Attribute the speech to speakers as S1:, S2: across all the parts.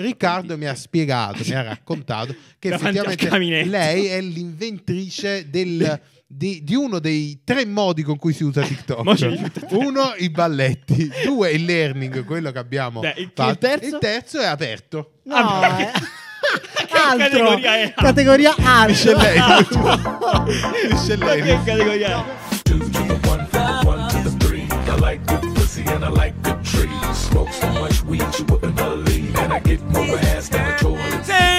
S1: Riccardo mi ha spiegato, mi ha raccontato che
S2: Davanti al
S1: effettivamente
S2: caminetto.
S1: lei è l'inventrice del- di, di uno dei tre modi con cui si usa
S2: Mo ci aiuta
S1: TikTok.
S2: te.
S1: uno, i balletti. Due, il learning, quello che abbiamo
S2: Dai, il-
S1: fatto.
S3: il terzo?
S1: è aperto.
S3: No,
S2: Ah,
S3: eh.
S2: Che
S3: Altro.
S2: categoria è?
S3: Categoria
S1: Dice
S3: Arce.
S1: lei.
S2: Ah.
S1: Dice
S2: Ma
S1: lei.
S2: che categoria è?
S4: Two to the one, from the one to the three. I like good pussy and I like good trees. Smoke so much weed you wouldn't believe. And I get more ass than a toilet.
S2: Sì!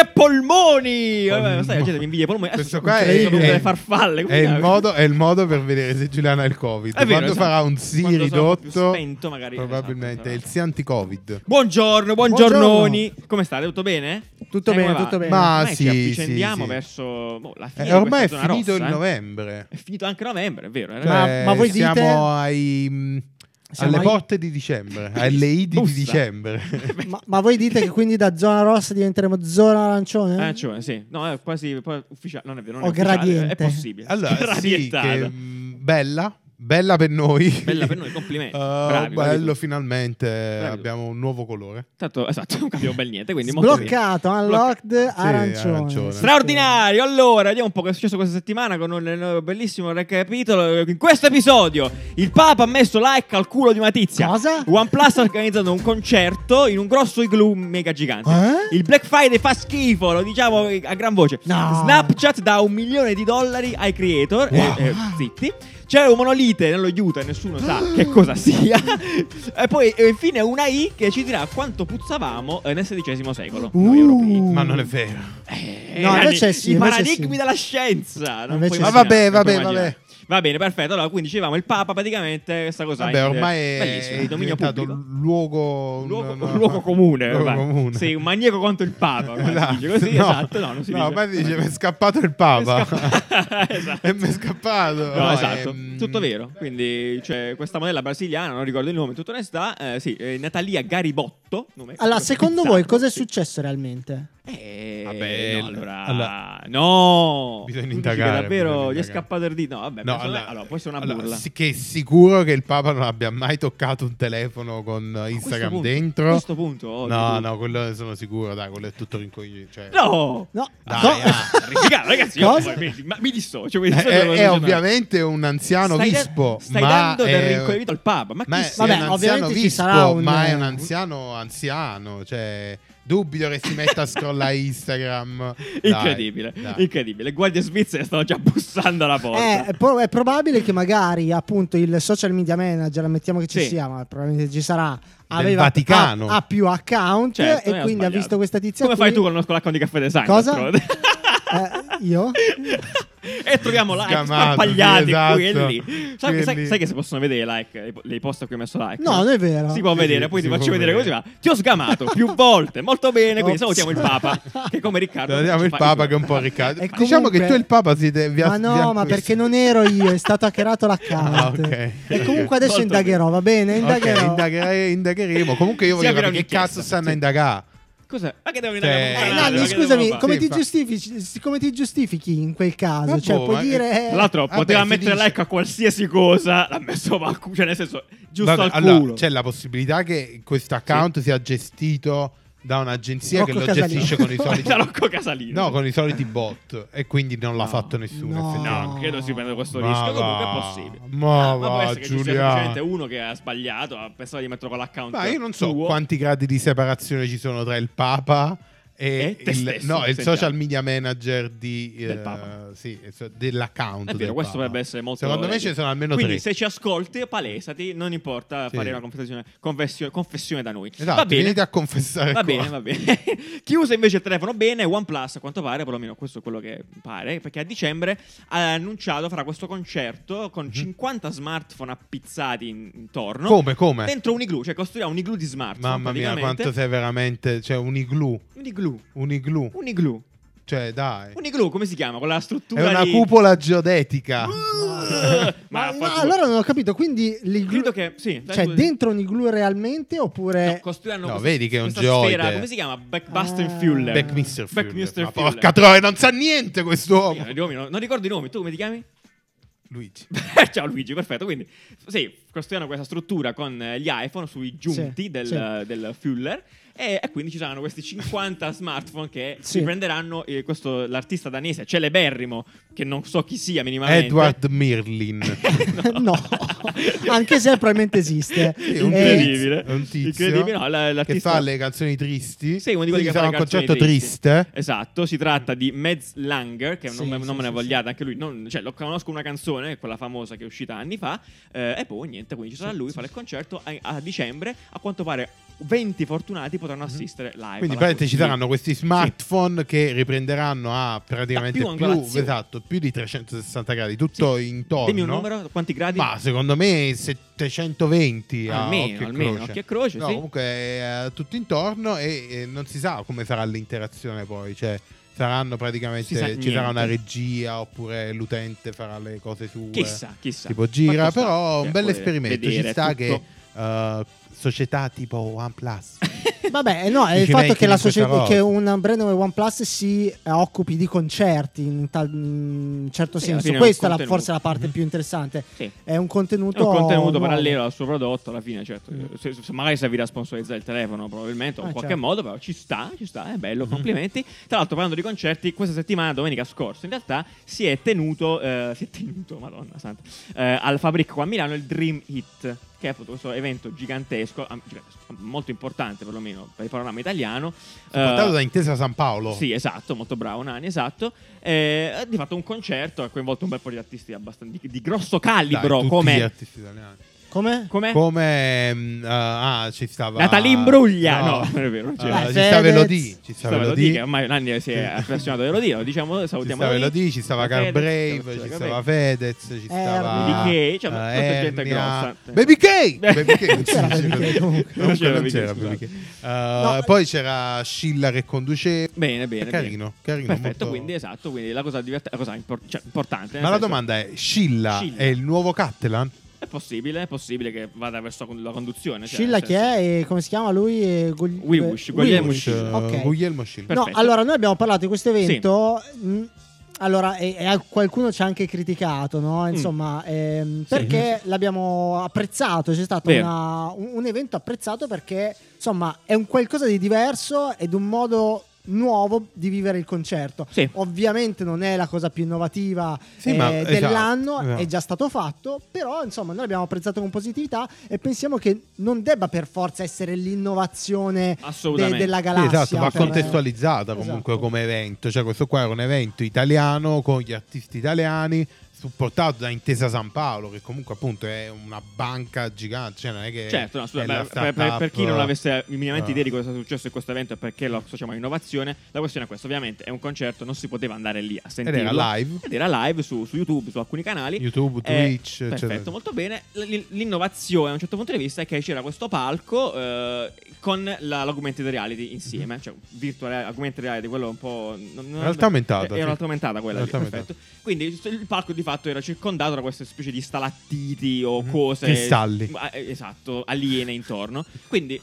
S2: Che polmoni! Vabbè, ma sai, la gente mi invidia i polmoni.
S1: Questo
S2: Adesso
S1: qua
S2: comincerei
S1: è,
S2: a rompere
S1: è-
S2: le farfalle. come
S1: è il
S2: chiami?
S1: modo, è il modo per vedere se Giuliano ha il Covid.
S2: È vero,
S1: Quando
S2: esatto.
S1: farà un sì
S2: Quando sarà un po' più
S1: ridotto,
S2: spento, magari,
S1: probabilmente
S2: esatto,
S1: è il sì anti-Covid.
S2: Buongiorno, buongiornoni. Come state? Tutto bene?
S3: Tutto
S2: Eh,
S3: bene,
S2: come va?
S3: tutto bene.
S1: Ma
S2: ormai
S1: sì,
S2: ci avvicendiamo
S1: sì, sì.
S2: verso boh, la fine.
S1: Eh,
S2: di
S1: ormai è
S2: questa zona
S1: finito
S2: rossa,
S1: il
S2: eh.
S1: novembre.
S2: È finito anche novembre, è vero. eh,
S1: Cioè,
S2: ragazzi?
S3: Ma- ma voi
S1: siamo
S3: dite-
S1: ai, mh,
S3: Siamo
S1: alle
S3: ai-
S1: porte di dicembre, alle idi di
S2: Bussa.
S1: dicembre.
S3: Ma, ma voi dite che quindi da zona rossa diventeremo zona arancione?
S2: Arancione, Ah, cioè, sì. No, è quasi poi ufficiale. Non è vero, non
S3: O
S2: è ufficiale,
S3: gradiente.
S2: È possibile.
S1: allora, sì,
S2: Gradientata.
S1: che, mh, bella, bella per noi.
S2: Bella per noi, complimenti.
S1: Eh,
S2: Bravi,
S1: bello,
S2: bravi.
S1: finalmente
S2: Bravi.
S1: abbiamo un nuovo colore.
S2: Tanto, esatto, non cambiamo bel niente. Quindi molto bene.
S3: Sbloccato, unlocked, arancione.
S1: arancione.
S2: Straordinario! Allora, vediamo un po' cosa è successo questa settimana con un eh, bellissimo recapitolo. In questo episodio, il Papa ha messo like al culo di una tizia.
S3: Cosa?
S2: OnePlus ha organizzato un concerto in un grosso igloo mega gigante.
S3: Eh?
S2: Il Black Friday fa schifo, lo diciamo a gran voce.
S3: No.
S2: Snapchat dà un milione di dollari ai creator. eh, eh, zitti. C'è un monolite nello Utah, nessuno sa che cosa sia. e poi, eh, infine, una I che ci dirà quanto puzzavamo eh, nel XVI secolo. Noi
S3: Uh.
S2: europei.
S1: Ma non è vero.
S2: Eh,
S3: No, invece
S2: i
S3: sì, invece
S2: paradigmi
S3: sì.
S2: della scienza. non puoi
S3: Invece sì.
S2: immaginare,
S1: Ma vabbè,
S2: non puoi
S1: vabbè,
S2: immaginare.
S1: vabbè.
S2: Va bene, perfetto. Allora, quindi dicevamo il Papa praticamente questa cosa.
S1: Vabbè,
S2: in-
S1: ormai è,
S2: bellissimo, di dominio
S1: diventato
S2: pubblico.
S1: luogo,
S2: Un
S1: no,
S2: luogo,
S1: no.
S2: un luogo comune,
S1: Luogo
S2: ormai.
S1: comune.
S2: Sì, un maniaco quanto il Papa. ormai si dice così, esatto. No, non si dice.
S1: ma dice mi è scappato il Papa.
S2: Esatto.
S1: E mi è scappato.
S2: No, esatto,
S1: ehm,
S2: tutto vero. Quindi c'è questa modella brasiliana, non ricordo il nome, in tutta onestà. eh, sì, eh, Natalia Garibotto. nome
S3: Allora,
S2: proprio
S3: secondo
S2: bizzarro,
S3: voi cosa è
S2: sì.
S3: successo realmente?
S2: Eh,
S1: Vabbè,
S2: no, allora,
S1: allora-
S2: no,
S1: Bisogna
S2: Tu dici
S1: indagare,
S2: che davvero
S1: bisogna
S2: gli è
S1: indagare.
S2: scappato il dito. No, vabbè,
S1: No,
S2: penso- allora, può essere una
S1: allora,
S2: burla.
S1: sì che è sicuro che il Papa non abbia mai toccato un telefono con eh,
S2: A questo
S1: Instagram
S2: punto-
S1: dentro.
S2: A questo punto, oh,
S1: no,
S2: di-
S1: no, quello sono sicuro, dai, quello è tutto rincoglionito. Cioè,
S2: no,
S3: No,
S1: Dai,
S3: Co-
S1: ah.
S2: Riccardo, ragazzi, io
S3: Cosa?
S2: poi mi, ma, mi dissocio. Mi
S1: Eh, È,
S2: dissocio da
S1: è-
S2: quello
S1: è
S2: che sto
S1: ovviamente un anziano
S2: Stai da-
S1: vispo.
S2: stai
S1: ma
S2: dando del
S1: è-
S2: rincoglionito al Papa, ma chi
S1: è-
S2: sei?
S1: è un
S3: Vabbè,
S1: anziano
S3: ovviamente ci
S1: vispo,
S3: sarà un-
S1: Ma è un anziano anziano, cioè dubito che si metta a scrollare Instagram. Dai,
S2: Incredibile,
S1: dai.
S2: incredibile. Le guardie svizzere stanno già bussando alla porta.
S3: Eh, è, pro- è probabile che magari appunto il social media manager, ammettiamo che ci
S2: Sì.
S3: sia, ma probabilmente ci sarà,
S1: Vaticano.
S3: ha, ha più account
S2: Certo,
S3: e
S2: eh,
S3: quindi ha
S2: sbagliato.
S3: visto questa tizia.
S2: Come
S3: qui.
S2: fai tu con, con l'account di Caffè Design?
S3: Cosa?
S2: d'altronde?
S3: Eh, io?
S2: e troviamo like
S1: Sgamato,
S2: sparpagliati
S1: sì, esatto.
S2: qui e lì. Sai,
S1: Qui e
S2: sai-
S1: lì.
S2: sai che si possono vedere i like, le post a cui ho messo like?
S3: No, non è vero.
S2: Si può
S1: Sì,
S2: vedere,
S1: sì,
S2: poi ti
S1: si
S2: faccio
S1: può
S2: vedere così
S1: vedere.
S2: va. Ti ho sgamato più volte, molto bene. Quindi
S3: Ops.
S2: salutiamo il Papa. Che come Riccardo.
S1: Salutiamo
S2: ci
S1: il
S2: fa
S1: Papa
S2: i
S1: che è un po'
S2: suoi-
S1: Riccardo.
S3: E
S1: Diciamo
S3: comunque-
S1: che tu e il Papa siete vi
S3: ma no, ma perché non ero io, è stato hackerato l'account.
S1: Ah, ok.
S3: E comunque adesso
S2: Molto
S3: indagherò, va bene? Indagherò. Eh,
S1: eh, indagheremo. Comunque io
S2: Si
S1: voglio
S2: aprirà
S1: capire che
S2: un'inchiesta,
S1: cazzo stanno
S2: sì.
S1: a indagare.
S2: Cosa? Ma che devo
S1: Cioè-
S2: andare a
S1: Eh,
S3: Eh,
S2: comprare?
S3: Nanni,
S1: ma
S2: Ma
S1: che
S3: scusami,
S1: devono
S2: devo
S3: come
S1: fare?
S3: ti,
S1: Sì, fa-
S3: giustifici, come ti giustifichi in quel caso?
S1: Ma
S3: cioè,
S1: boh, ma
S3: puoi
S1: che-
S3: dire...
S2: Tra l'altro
S1: Vabbè,
S2: poteva
S1: si
S2: mettere
S1: dice-
S2: like a qualsiasi cosa, l'ha messo a culo, cioè nel senso giusto
S1: Vabbè,
S2: al
S1: allora, cioè,
S2: culo.
S1: c'è la possibilità che questo account sia gestito da un'agenzia che
S3: Rocco
S1: lo
S3: Casalino.
S1: gestisce con i
S2: Da
S1: soliti
S2: Rocco Casalino.
S1: No, con i soliti bot e quindi non l'ha
S2: No.
S1: fatto nessuno.
S3: No.
S2: No,
S1: effettivamente.
S2: credo si prenda questo
S1: Ma
S2: rischio.
S1: va,
S2: Comunque è possibile.
S1: ma
S2: Ah, può
S1: va,
S2: essere che ci sia
S1: Giuliano.
S2: semplicemente uno che ha sbagliato, ha pensato di metterlo con l'account.
S1: Ma io non so
S2: tuo.
S1: quanti gradi di separazione ci sono tra il Papa e,
S2: E te
S1: il,
S2: stesso,
S1: no, il
S2: sentiamo.
S1: social media manager di, eh,
S2: Del Papa.
S1: sì, eh, so- dell'account.
S2: È vero,
S1: del
S2: questo
S1: Papa.
S2: dovrebbe essere molto.
S1: Secondo me
S2: legge.
S1: ce ne sono almeno
S2: Quindi,
S1: tre.
S2: se ci ascolti, palesati, non importa
S1: Sì.
S2: fare una confessione, confessio- confessione da noi.
S1: Esatto,
S2: va bene.
S1: venite a confessare
S2: Va
S1: qua.
S2: bene, va bene. Chiuso invece il telefono bene, OnePlus a quanto pare, perlomeno questo è quello che pare, perché a dicembre ha annunciato farà questo concerto con 50 smartphone appizzati in-
S1: Mhm.
S2: intorno.
S1: Come, come?
S2: Dentro un igloo, cioè costruirà un igloo di smartphone.
S1: Mamma mia,
S2: praticamente.
S1: quanto sei veramente... Cioè, un igloo.
S2: Un igloo,
S1: Un igloo.
S2: un igloo,
S1: Cioè, dai.
S2: un igloo, come si chiama? Con la
S1: È
S2: struttura
S1: una
S2: di... Uh!
S1: cupola geodetica.
S3: Ma,
S2: Ma,
S3: ma
S2: fa-
S3: allora non ho capito, quindi l'igloo...
S2: credo che... Sì, dai,
S3: Cioè,
S2: scusa.
S3: dentro un igloo realmente oppure...
S2: No, costruiranno
S1: No,
S2: questa-
S1: vedi che è un
S2: questa
S1: geoide.
S2: sfera, come si chiama? Backbuster
S3: Ah.
S2: Fuller.
S1: Backmister Fuller.
S2: Backmister
S1: Ma
S2: Fuller.
S1: porca troia, non sa niente
S2: Io
S1: quest'uomo.
S2: i nomi non, non ricordo i nomi, tu come ti chiami?
S1: Luigi.
S2: Ciao Luigi, perfetto. Quindi, sì, costruiranno questa struttura con eh, gli iPhone sui giunti
S3: Sì,
S2: del, eh,
S3: sì.
S2: del Fuller e, e quindi ci saranno questi 50 smartphone che
S3: Sì.
S2: si prenderanno eh, questo, l'artista danese celeberrimo, che non so chi sia minimamente.
S1: Edward Mirlin.
S3: no, anche se probabilmente esiste.
S1: Sì,
S2: un
S3: Eh,
S2: incredibile.
S1: È un tizio
S2: Incredibile, no, la-
S1: che
S2: l'artista-
S1: fa le canzoni tristi.
S2: Sì, uno di quelli
S1: Quindi
S2: che fa
S1: sarà
S2: le
S1: un
S2: canzoni
S1: concetto
S2: tristi.
S1: triste.
S2: Esatto, si tratta di Mez Langer, che
S3: Sì,
S2: non,
S3: sì,
S2: non me ne
S3: sì,
S2: vogliate anche lui, non- cioè, lo conosco una canzone, quella famosa che è uscita anni fa, eh, e poi niente, quindi ci sarà lui, fa il concerto a, a dicembre, a quanto pare 20 fortunati potranno assistere live.
S1: Mhm. Quindi
S2: alla-
S1: praticamente ci saranno questi smartphone che riprenderanno a praticamente
S2: Da più
S1: più,
S2: angolazioni.
S1: esatto, più di 360 gradi, tutto intorno.
S2: Dimmi un numero, quanti gradi?
S1: Ma secondo me 720 a
S2: Almeno,
S1: occhio e
S2: almeno,
S1: croce.
S2: occhio e croce,
S1: No,
S2: sì.
S1: comunque eh, tutto intorno e, e non si sa come sarà l'interazione poi, cioè saranno praticamente
S2: Si sa
S1: ci
S2: niente.
S1: sarà una regia oppure l'utente farà le cose sue.
S2: Chissà, chissà.
S1: Tipo gira,
S2: Fatto sta.
S1: però
S2: Cioè,
S1: un bel
S2: voglio
S1: esperimento, ci
S2: vedere
S1: sta
S2: tutto.
S1: che eh, società tipo OnePlus
S2: Eh,
S3: Vabbè, eh, no, è il
S1: Dici
S3: fatto
S1: vecchi
S3: che, la
S1: in questa
S3: società,
S1: volta.
S3: che un brand come OnePlus si eh, occupi di concerti in, tal- in certo
S2: Sì, alla
S3: senso.
S2: fine è un
S3: Questa è la-
S2: contenuto.
S3: forse la parte più interessante.
S2: Sì.
S3: È un contenuto,
S2: È un contenuto
S3: nuovo.
S2: parallelo al suo prodotto, alla fine, certo. se- se- magari servirà a sponsorizzare il telefono, probabilmente, o in
S3: Ah,
S2: qualche
S3: certo.
S2: modo, però ci sta, ci sta, è bello, complimenti. Tra l'altro, parlando di concerti, questa settimana, domenica scorsa, in realtà, si è tenuto, eh, si è tenuto, madonna santa, eh, al Fabric qua a Milano il Dream Hit, che è appunto questo evento gigantesco, ah, gigantesco, molto importante perlomeno per il panorama italiano.
S1: portato
S2: eh,
S1: da Intesa San Paolo.
S2: sì, esatto, molto bravo Nani, esatto. Eh, ha di fatto un concerto, ha coinvolto un bel po' di artisti abbastanza di, di grosso
S1: Dai,
S2: calibro,
S1: tutti gli
S2: come... Eh?
S1: artisti italiani.
S3: Come?
S2: come-
S1: Come mm, ah, ah, ci stava
S2: Natalie Imbruglia! No, non è vero, certo. non
S1: Eh,
S2: c'era.
S1: ci
S3: Beh,
S1: stava
S3: Fedez.
S1: Elodie, ci
S2: Ci
S1: stava
S2: Elodie,
S1: Elodie.
S2: che ormai Nanni si è appassionato di Elodie, lo diciamo,
S1: Ci
S2: salutiamo
S1: stava Elodie, ci stava Car Brave,
S2: Carbrave,
S1: ci stava Fedez,
S3: Eh,
S1: ci stava
S2: Baby K,
S1: eh,
S2: cioè, molta gente
S1: Ernia.
S2: grossa.
S1: Baby K! Baby K! non si dice
S3: c'era Baby
S1: così. Comunque
S3: K, comunque.
S2: c'era
S1: non
S2: Baby K,
S1: c'era
S2: scusate.
S1: Baby K. Eh, Poi c'era Scilla che conduceva.
S2: Bene, bene.
S1: Carino,
S2: bene.
S1: carino.
S2: Perfetto,
S1: molto-
S2: quindi esatto, quindi la cosa, divert- la cosa impor- cioè, importante. nel
S1: Ma la
S2: senso-
S1: domanda è, Scilla
S2: Scilla.
S1: è il nuovo Cattelan?
S2: È possibile, è possibile che vada verso la conduzione. cioè,
S3: Scilla
S2: nel
S3: chi
S2: senso-
S3: è e come si chiama lui? E Gugli-
S2: Wilbush,
S3: eh,
S2: Guglielmo
S3: Wilbush,
S2: Scilla.
S3: ok.
S1: Eh, Guglielmo Scilla.
S2: Perfetto.
S3: No, allora noi abbiamo parlato di questo evento. mm, Allora, e- e a- qualcuno ci ha anche criticato, no?
S1: Mm.
S3: Insomma, ehm, perché l'abbiamo apprezzato, c'è stato
S2: Vero.
S3: una- un, un evento apprezzato perché, insomma, è un qualcosa di diverso ed un modo nuovo di vivere il concerto.
S2: Sì.
S3: Ovviamente non è la cosa più innovativa
S1: Sì,
S3: eh,
S1: ma- esatto,
S3: dell'anno,
S1: esatto.
S3: è già stato fatto, però insomma noi l'abbiamo apprezzato con positività e pensiamo che non debba per forza essere l'innovazione de-
S2: Assolutamente.
S3: della
S2: Sì,
S1: Sì,
S3: galassia.
S1: esatto, va
S3: per-
S1: contestualizzata comunque
S3: Esatto.
S1: come evento. Cioè, questo qua era un evento italiano con gli artisti italiani, supportato da Intesa San Paolo, che comunque appunto è una banca gigante. Cioè, non è che
S2: Certo, no, scusa,
S1: è
S2: per,
S1: la
S2: per- per- per chi
S1: startup,
S2: non avesse minimamente
S1: eh.
S2: idea di cosa è successo in questo evento e perché lo associamo a innovazione, la questione è questa, ovviamente è un concerto, non si poteva andare lì a sentirlo.
S1: era live.
S2: Ed era live su, su YouTube, su alcuni canali.
S1: YouTube,
S2: Eh,
S1: Twitch,
S2: perfetto,
S1: eccetera.
S2: molto bene. L- l- l'innovazione, a un certo punto di vista, è che c'era questo palco eh, con la, l'augmented reality insieme, cioè virtual augmented reality, quello un po'. Non, non-
S1: Mm-hmm. Realtà aumentata,
S2: Era
S1: sì.
S2: realtà aumentata quella.
S1: Realtà
S2: lì,
S1: aumentata.
S2: perfetto. Quindi il palco di fatto era circondato da queste specie di stalattiti o
S1: Mhm.
S2: cose.
S1: Cristalli.
S2: Ah, eh, Esatto, aliene intorno. Quindi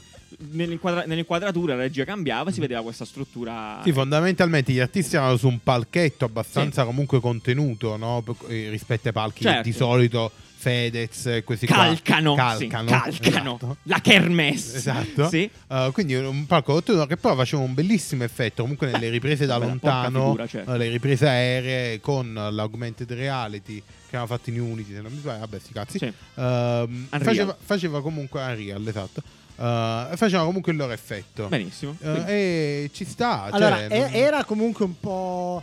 S2: nell'inquadra- nell'inquadratura la regia cambiava, si vedeva questa struttura.
S1: Mm-hmm. Sì, fondamentalmente gli artisti erano su un palchetto abbastanza comunque contenuto no? Per- eh, rispetto ai palchi
S2: Certo.
S1: di solito Fedez e questi
S2: Calcano,
S1: qua
S2: sì,
S1: calcano,
S2: calcano.
S1: Esatto.
S2: la kermesse.
S1: Esatto.
S2: Sì.
S1: Eh, quindi un palco notturno che però faceva un bellissimo effetto. Comunque nelle riprese da
S2: bella,
S1: lontano,
S2: Eh, porca figura, certo.
S1: eh, le riprese aeree con l'augmented reality che hanno fatto in Unity, se non mi sbaglio, vabbè, sti cazzi.
S2: Sì.
S1: Ehm,
S2: Unreal.
S1: faceva, faceva comunque Unreal, esatto. Eh, faceva comunque il loro effetto.
S2: Benissimo.
S1: Eh, e ci sta.
S3: Allora,
S1: cioè,
S3: e-
S1: non-
S3: era comunque un po'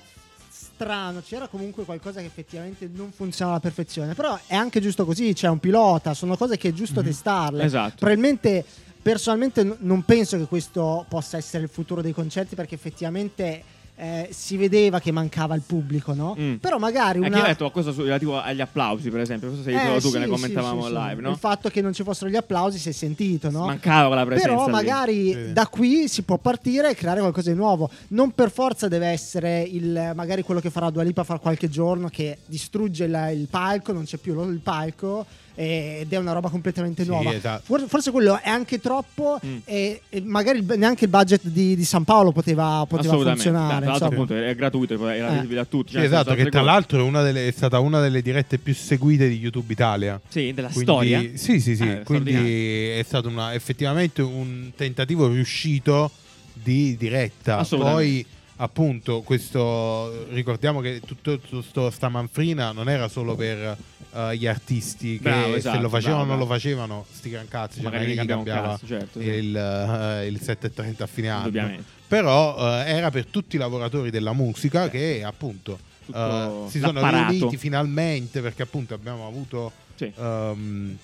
S3: strano, c'era comunque qualcosa che effettivamente non funzionava alla perfezione, però è anche giusto così, c'è un pilota, sono cose che è giusto testarle.
S2: Esatto.
S3: Probabilmente, personalmente n- non penso che questo possa essere il futuro dei concerti perché effettivamente eh, si vedeva che mancava il pubblico, no?
S2: Mm.
S3: Però magari
S2: Eh, chi aveva
S3: una...
S2: detto questo su- relativo agli applausi, per esempio? Questo sei
S3: Eh,
S2: solo tu
S3: sì,
S2: che ne
S3: sì,
S2: commentavamo
S3: sì, sì.
S2: live, no?
S3: Il fatto che non ci fossero gli applausi si è sentito, no?
S2: Mancava quella presenza.
S3: Però
S2: lì.
S3: magari
S1: Sì.
S3: da qui si può partire e creare qualcosa di nuovo. Non per forza deve essere il, magari quello che farà Dua Lipa fra qualche giorno che distrugge la- il palco, non c'è più lo- il palco, eh, ed è una roba completamente
S1: Sì,
S3: nuova.
S1: esatto.
S3: For- Forse quello è anche troppo
S2: Mm.
S3: e, e magari il- neanche il budget di, di San Paolo poteva, poteva
S2: Assolutamente. Beh,
S3: funzionare.
S2: tra l'altro,
S3: insomma. Eh.
S2: appunto, è gratuito, è accessibile a tutti.
S1: Sì,
S2: cioè,
S1: esatto,
S2: senza
S1: che
S2: altre
S1: tra
S2: cose.
S1: l'altro è, una delle- è stata una delle dirette più seguite di YouTube Italia.
S2: Sì, della
S1: Quindi-
S2: storia.
S1: Sì, sì, sì.
S2: Ah, è
S1: quindi
S2: straordinario.
S1: è stato una- effettivamente un tentativo riuscito di diretta.
S2: Assolutamente.
S1: Poi, appunto, questo ricordiamo che tutto questo sta manfrina non era solo per eh, gli artisti che
S2: Bravo,
S1: se
S2: esatto,
S1: lo facevano o
S2: bravo,
S1: non lo
S2: bravo.
S1: facevano, sti gran cazzi, cioè,
S2: Magari
S1: non è
S2: ne
S1: che gli
S2: cambiava
S1: cambiava
S2: un cazzo, certo. sì.
S1: il, eh, il 7.30 a fine anno.
S2: Indubbiamente.
S1: Però eh, era per tutti i lavoratori della
S2: Eh.
S1: musica che appunto
S2: Tutto
S1: eh, si sono
S2: l'apparato.
S1: riuniti finalmente perché appunto abbiamo avuto
S2: Sì.
S1: ehm,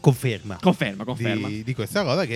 S1: conferma,
S2: Conferma, conferma.
S1: Di, di questa cosa che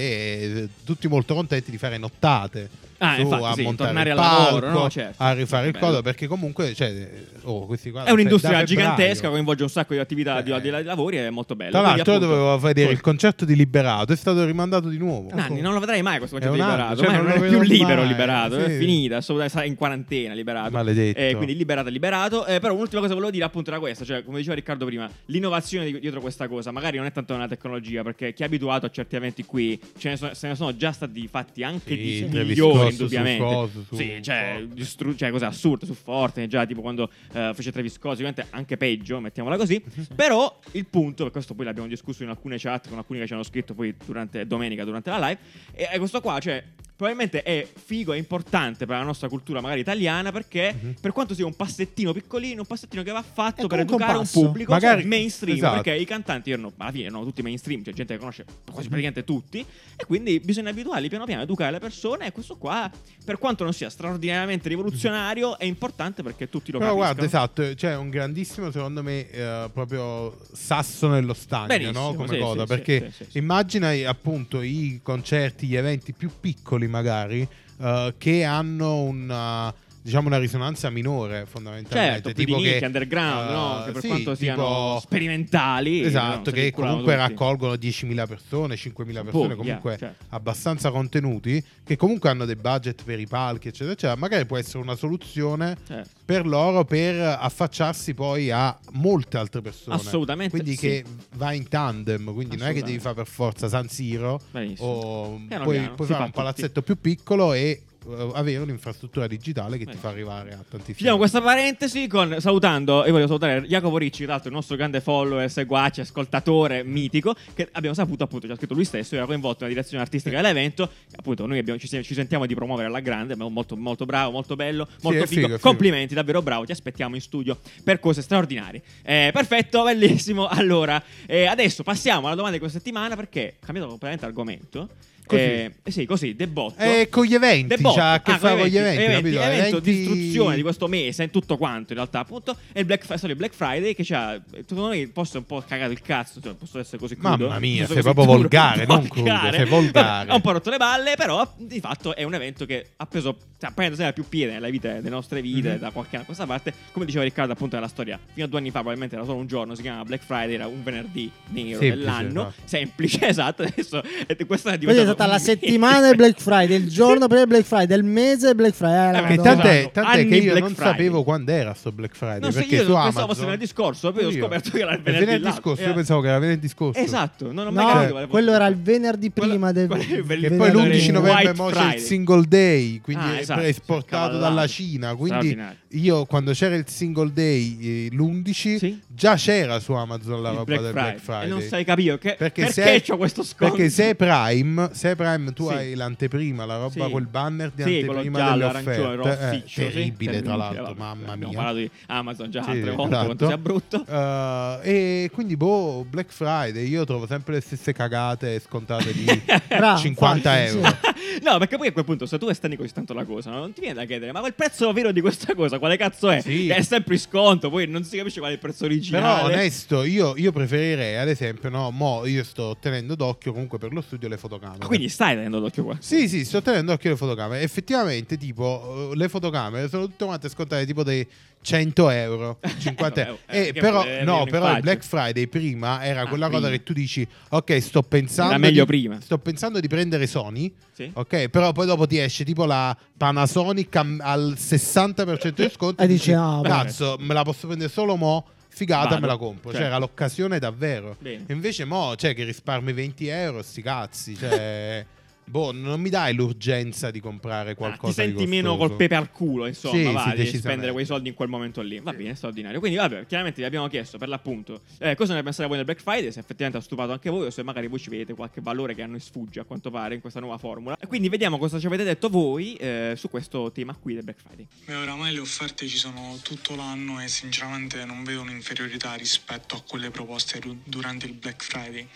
S1: eh, tutti molto contenti di fare nottate.
S2: Ah,
S1: su,
S2: infatti,
S1: a
S2: sì,
S1: montare
S2: tornare
S1: il
S2: al
S1: palco,
S2: lavoro, no? Certo.
S1: a rifare il
S2: Bello.
S1: codo perché comunque cioè, eh, oh, questi qua,
S2: È un'industria
S1: da febbraio.
S2: gigantesca, coinvolge un sacco di attività, di,
S1: Eh.
S2: di- di lavori, è molto bello.
S1: Tra
S2: Quindi,
S1: l'altro,
S2: appunto,
S1: dovevo vedere
S2: poi-
S1: il concerto di Liberato, è stato rimandato di nuovo.
S2: Nanni, non lo vedrai mai questo
S1: È
S2: concetto di
S1: un anno,
S2: liberato.
S1: cioè,
S2: ormai
S1: non
S2: non è
S1: lo
S2: più
S1: vedo
S2: libero,
S1: mai,
S2: liberato. È
S1: sì.
S2: finita, assolutamente, sarà in quarantena, liberato.
S1: Maledetto.
S2: Eh, quindi liberato, è liberato. Eh, però un'ultima cosa che volevo dire, appunto, era questa. Cioè, come diceva Riccardo prima, l'innovazione di- dietro questa cosa magari non è tanto una tecnologia, perché chi è abituato a certi eventi qui ce ne so- se ne sono già stati fatti
S1: Sì,
S2: anche di
S1: Travis Scott
S2: milioni,
S1: su
S2: indubbiamente.
S1: coso, su-
S2: sì, cioè, distru- cioè, cosa assurda su Forte, già tipo quando eh, fece Travis Scott, sicuramente anche peggio, mettiamola così. Però il punto, e questo poi l'abbiamo discusso in alcune chat con alcuni che ci hanno scritto poi durante, domenica durante la live, e è questo qua, cioè probabilmente è figo, è importante per la nostra cultura magari italiana perché per quanto sia un passettino piccolino, un passettino che va fatto
S3: È
S2: per
S3: comunque un
S2: educare un
S3: passo.
S2: pubblico,
S1: Magari-
S2: cioè mainstream,
S1: esatto.
S2: perché i cantanti erano alla fine erano tutti mainstream, cioè gente che conosce quasi praticamente tutti e quindi bisogna abituarli piano piano, educare le persone e questo qua per quanto non sia straordinariamente rivoluzionario è importante perché tutti lo
S1: Però guarda,
S2: capiscono.
S1: esatto, c'è un grandissimo, secondo me, eh, proprio sasso nello stagno,
S2: Benissimo,
S1: no? come
S2: sì,
S1: cosa,
S2: sì,
S1: perché
S2: sì, sì, sì.
S1: immagina eh, appunto i concerti, gli eventi più piccoli magari, eh, che hanno una, diciamo, una risonanza minore fondamentalmente.
S2: Certo, più di nicchia, underground,
S1: cioè, eh,
S2: no? Che per
S1: sì,
S2: quanto siano
S1: tipo-
S2: sperimentali no?
S1: Esatto,
S2: Se li
S1: che
S2: curavano
S1: comunque
S2: tutti.
S1: raccolgono 10.000 persone, 5.000
S2: Pochi,
S1: persone,
S2: yeah,
S1: comunque
S2: certo.
S1: abbastanza contenuti, che comunque hanno dei budget per i palchi, eccetera, eccetera. Magari può essere una soluzione
S2: Certo.
S1: per loro per affacciarsi poi a molte altre persone.
S2: Assolutamente,
S1: Quindi
S2: sì.
S1: che va in tandem, quindi non è che devi fare per forza San Siro
S2: Benissimo.
S1: o
S2: Piano
S1: puoi,
S2: piano,
S1: puoi fare
S2: si fa
S1: un
S2: tutti.
S1: palazzetto più piccolo e eh, avere un'infrastruttura digitale che ti
S2: Bene.
S1: fa arrivare a tantissimi.
S2: Finiamo questa parentesi con, salutando, e voglio salutare Jacopo Ricci, tra l'altro il nostro grande follower, seguace, ascoltatore mitico, che abbiamo saputo appunto, ci ha scritto lui stesso, era coinvolto nella direzione artistica dell'evento, appunto noi abbiamo- ci, siamo- ci sentiamo di promuovere alla grande, ma molto, molto bravo, molto bello, molto
S1: è
S2: figo.
S1: figo, è figo.
S2: complimenti, davvero bravo, ti aspettiamo in studio per cose straordinarie. Eh, perfetto, bellissimo, allora, eh, adesso passiamo alla domanda di questa settimana perché, cambiando completamente argomento,
S1: Così.
S2: Eh, sì, così, debotto.
S1: Eh, con gli eventi,
S2: Debotto.
S1: c'ha a che
S2: Ah,
S1: fare con gli eventi,
S2: eventi,
S1: capito?
S2: evento di
S1: Eventi-
S2: istruzione di questo mese, in tutto quanto in realtà, appunto. E il Black, Fri- sorry, il Black Friday che c'ha, secondo me, posso un po' cagato il cazzo, cioè, posso essere così crudo.
S1: Mamma mia,
S2: Posso
S1: sei
S2: così
S1: proprio
S2: duro?
S1: volgare, non crudo,
S2: Volgare.
S1: sei volgare.
S2: Vabbè, ho un po' rotto le balle, però di fatto è un evento che ha preso, sta prendendo sempre più piede nella vita, nelle nostre
S1: Mm-hmm.
S2: vite, da qualche anno a questa parte. Come diceva Riccardo, appunto, nella storia, fino a due anni fa probabilmente era solo un giorno, si chiama Black Friday, era un venerdì nero
S1: Semplice,
S2: dell'anno,
S1: esatto.
S2: semplice, esatto, adesso eh, questa è
S3: Quindi
S2: diventata
S3: è stata la settimana del Black Friday, il giorno prima del Black Friday, il mese del Black Friday.
S2: Eh,
S3: la
S1: Che
S2: Madonna.
S3: Madonna.
S1: tant'è, tant'è
S2: Anni
S1: che io
S2: Black
S1: non
S2: Friday.
S1: sapevo quando era sto Black Friday.
S2: Non so,
S1: perché
S2: io
S1: su
S2: non pensavo
S1: Amazon,
S2: fosse venerdì scorso, poi ho
S1: Oddio.
S2: scoperto che era il
S1: È
S2: venerdì
S1: venerdì
S2: l'altro.
S1: scorso,
S2: Eh.
S1: io pensavo che era venerdì scorso.
S2: Esatto, non ho mai capito.
S3: No,
S2: quale
S3: quello
S2: fosse.
S3: era il venerdì
S2: Quello-
S3: prima del
S2: quello è il
S1: Che
S2: venerdì.
S1: poi l'11
S2: White
S1: novembre mo c'è
S2: Friday.
S1: il single day, quindi
S2: Ah,
S1: è
S2: esatto,
S1: esportato
S2: cavallate.
S1: dalla Cina. Quindi
S2: Straordinario.
S1: io quando c'era il single day eh, l'11
S2: Sì.
S1: già c'era su Amazon la
S2: Il
S1: roba
S2: Black
S1: del
S2: Friday.
S1: Black Friday.
S2: E non sai capire che- perché
S1: se-
S2: c'ho questo sconto?
S1: Perché se è Prime, se è Prime tu
S2: Sì.
S1: hai l'anteprima, la roba
S2: Sì.
S1: col banner di
S2: Sì, quello
S1: anteprima
S2: giallo,
S1: delle
S2: arancione,
S1: offerte. Eh,
S2: rossiccio. sì,
S1: terribile tra
S2: terribile,
S1: l'altro,
S2: vabbè,
S1: mamma
S2: Abbiamo
S1: mia.
S2: parlato di Amazon già
S1: Sì,
S2: altre volte, quanto
S1: esatto.
S2: sia brutto.
S1: Eh, e quindi, boh, Black Friday. Io trovo sempre le stesse cagate scontate di
S3: Bravo,
S1: 50
S3: infatti, sì.
S1: euro.
S2: No, perché poi a quel punto, se tu esterni così tanto la cosa, no, non ti viene da chiedere, ma quel prezzo vero di questa cosa, quale cazzo è?
S1: Sì.
S2: È sempre in sconto, poi non si capisce qual è il prezzo originale.
S1: Però onesto, io, io preferirei, ad esempio, no, mo io sto tenendo d'occhio comunque per lo studio le fotocamere.
S2: Ah, Quindi stai tenendo l'occhio qua.
S1: Sì, sì, sto tenendo d'occhio le fotocamere. Effettivamente, tipo, eh, le fotocamere sono tutte quante scontate tipo dei 100 euro, 50 euro.
S2: vabbè, eh,
S1: Eh, però,
S2: eh,
S1: no,
S2: in
S1: però
S2: faccia.
S1: il Black Friday prima era
S2: Ah,
S1: quella
S2: prima.
S1: cosa che tu dici, ok, sto pensando...
S2: Era meglio
S1: di-
S2: prima.
S1: Sto pensando di prendere Sony,
S2: Sì.
S1: ok, però poi dopo ti esce tipo la Panasonic am- al 60% di sconto
S3: E dici, ah, vabbè.
S1: cazzo, me la posso prendere solo mo figata,
S2: Vado.
S1: me la compro. Cioè,
S2: Certo.
S1: era l'occasione davvero.
S2: Bene.
S1: E invece mo, cioè, che risparmi 20 euro, sti cazzi, cioè... Boh, non mi dai l'urgenza di comprare
S2: Ah,
S1: qualcosa
S2: ti senti
S1: di
S2: meno
S1: costoso.
S2: col pepe al culo, insomma,
S1: Sì, sì,
S2: va, devi spendere
S1: decisamente.
S2: quei soldi in quel momento lì. Va bene, straordinario. Quindi, vabbè, chiaramente vi abbiamo chiesto per l'appunto eh, cosa ne pensate voi del Black Friday, se effettivamente ha stupato anche voi o se magari voi ci vedete qualche valore che a noi sfugge a quanto pare in questa nuova formula. E quindi vediamo cosa ci avete detto voi eh, su questo tema qui del Black Friday.
S5: Beh, oramai le offerte ci sono tutto l'anno e sinceramente non vedo un'inferiorità rispetto a quelle proposte du- durante il Black Friday,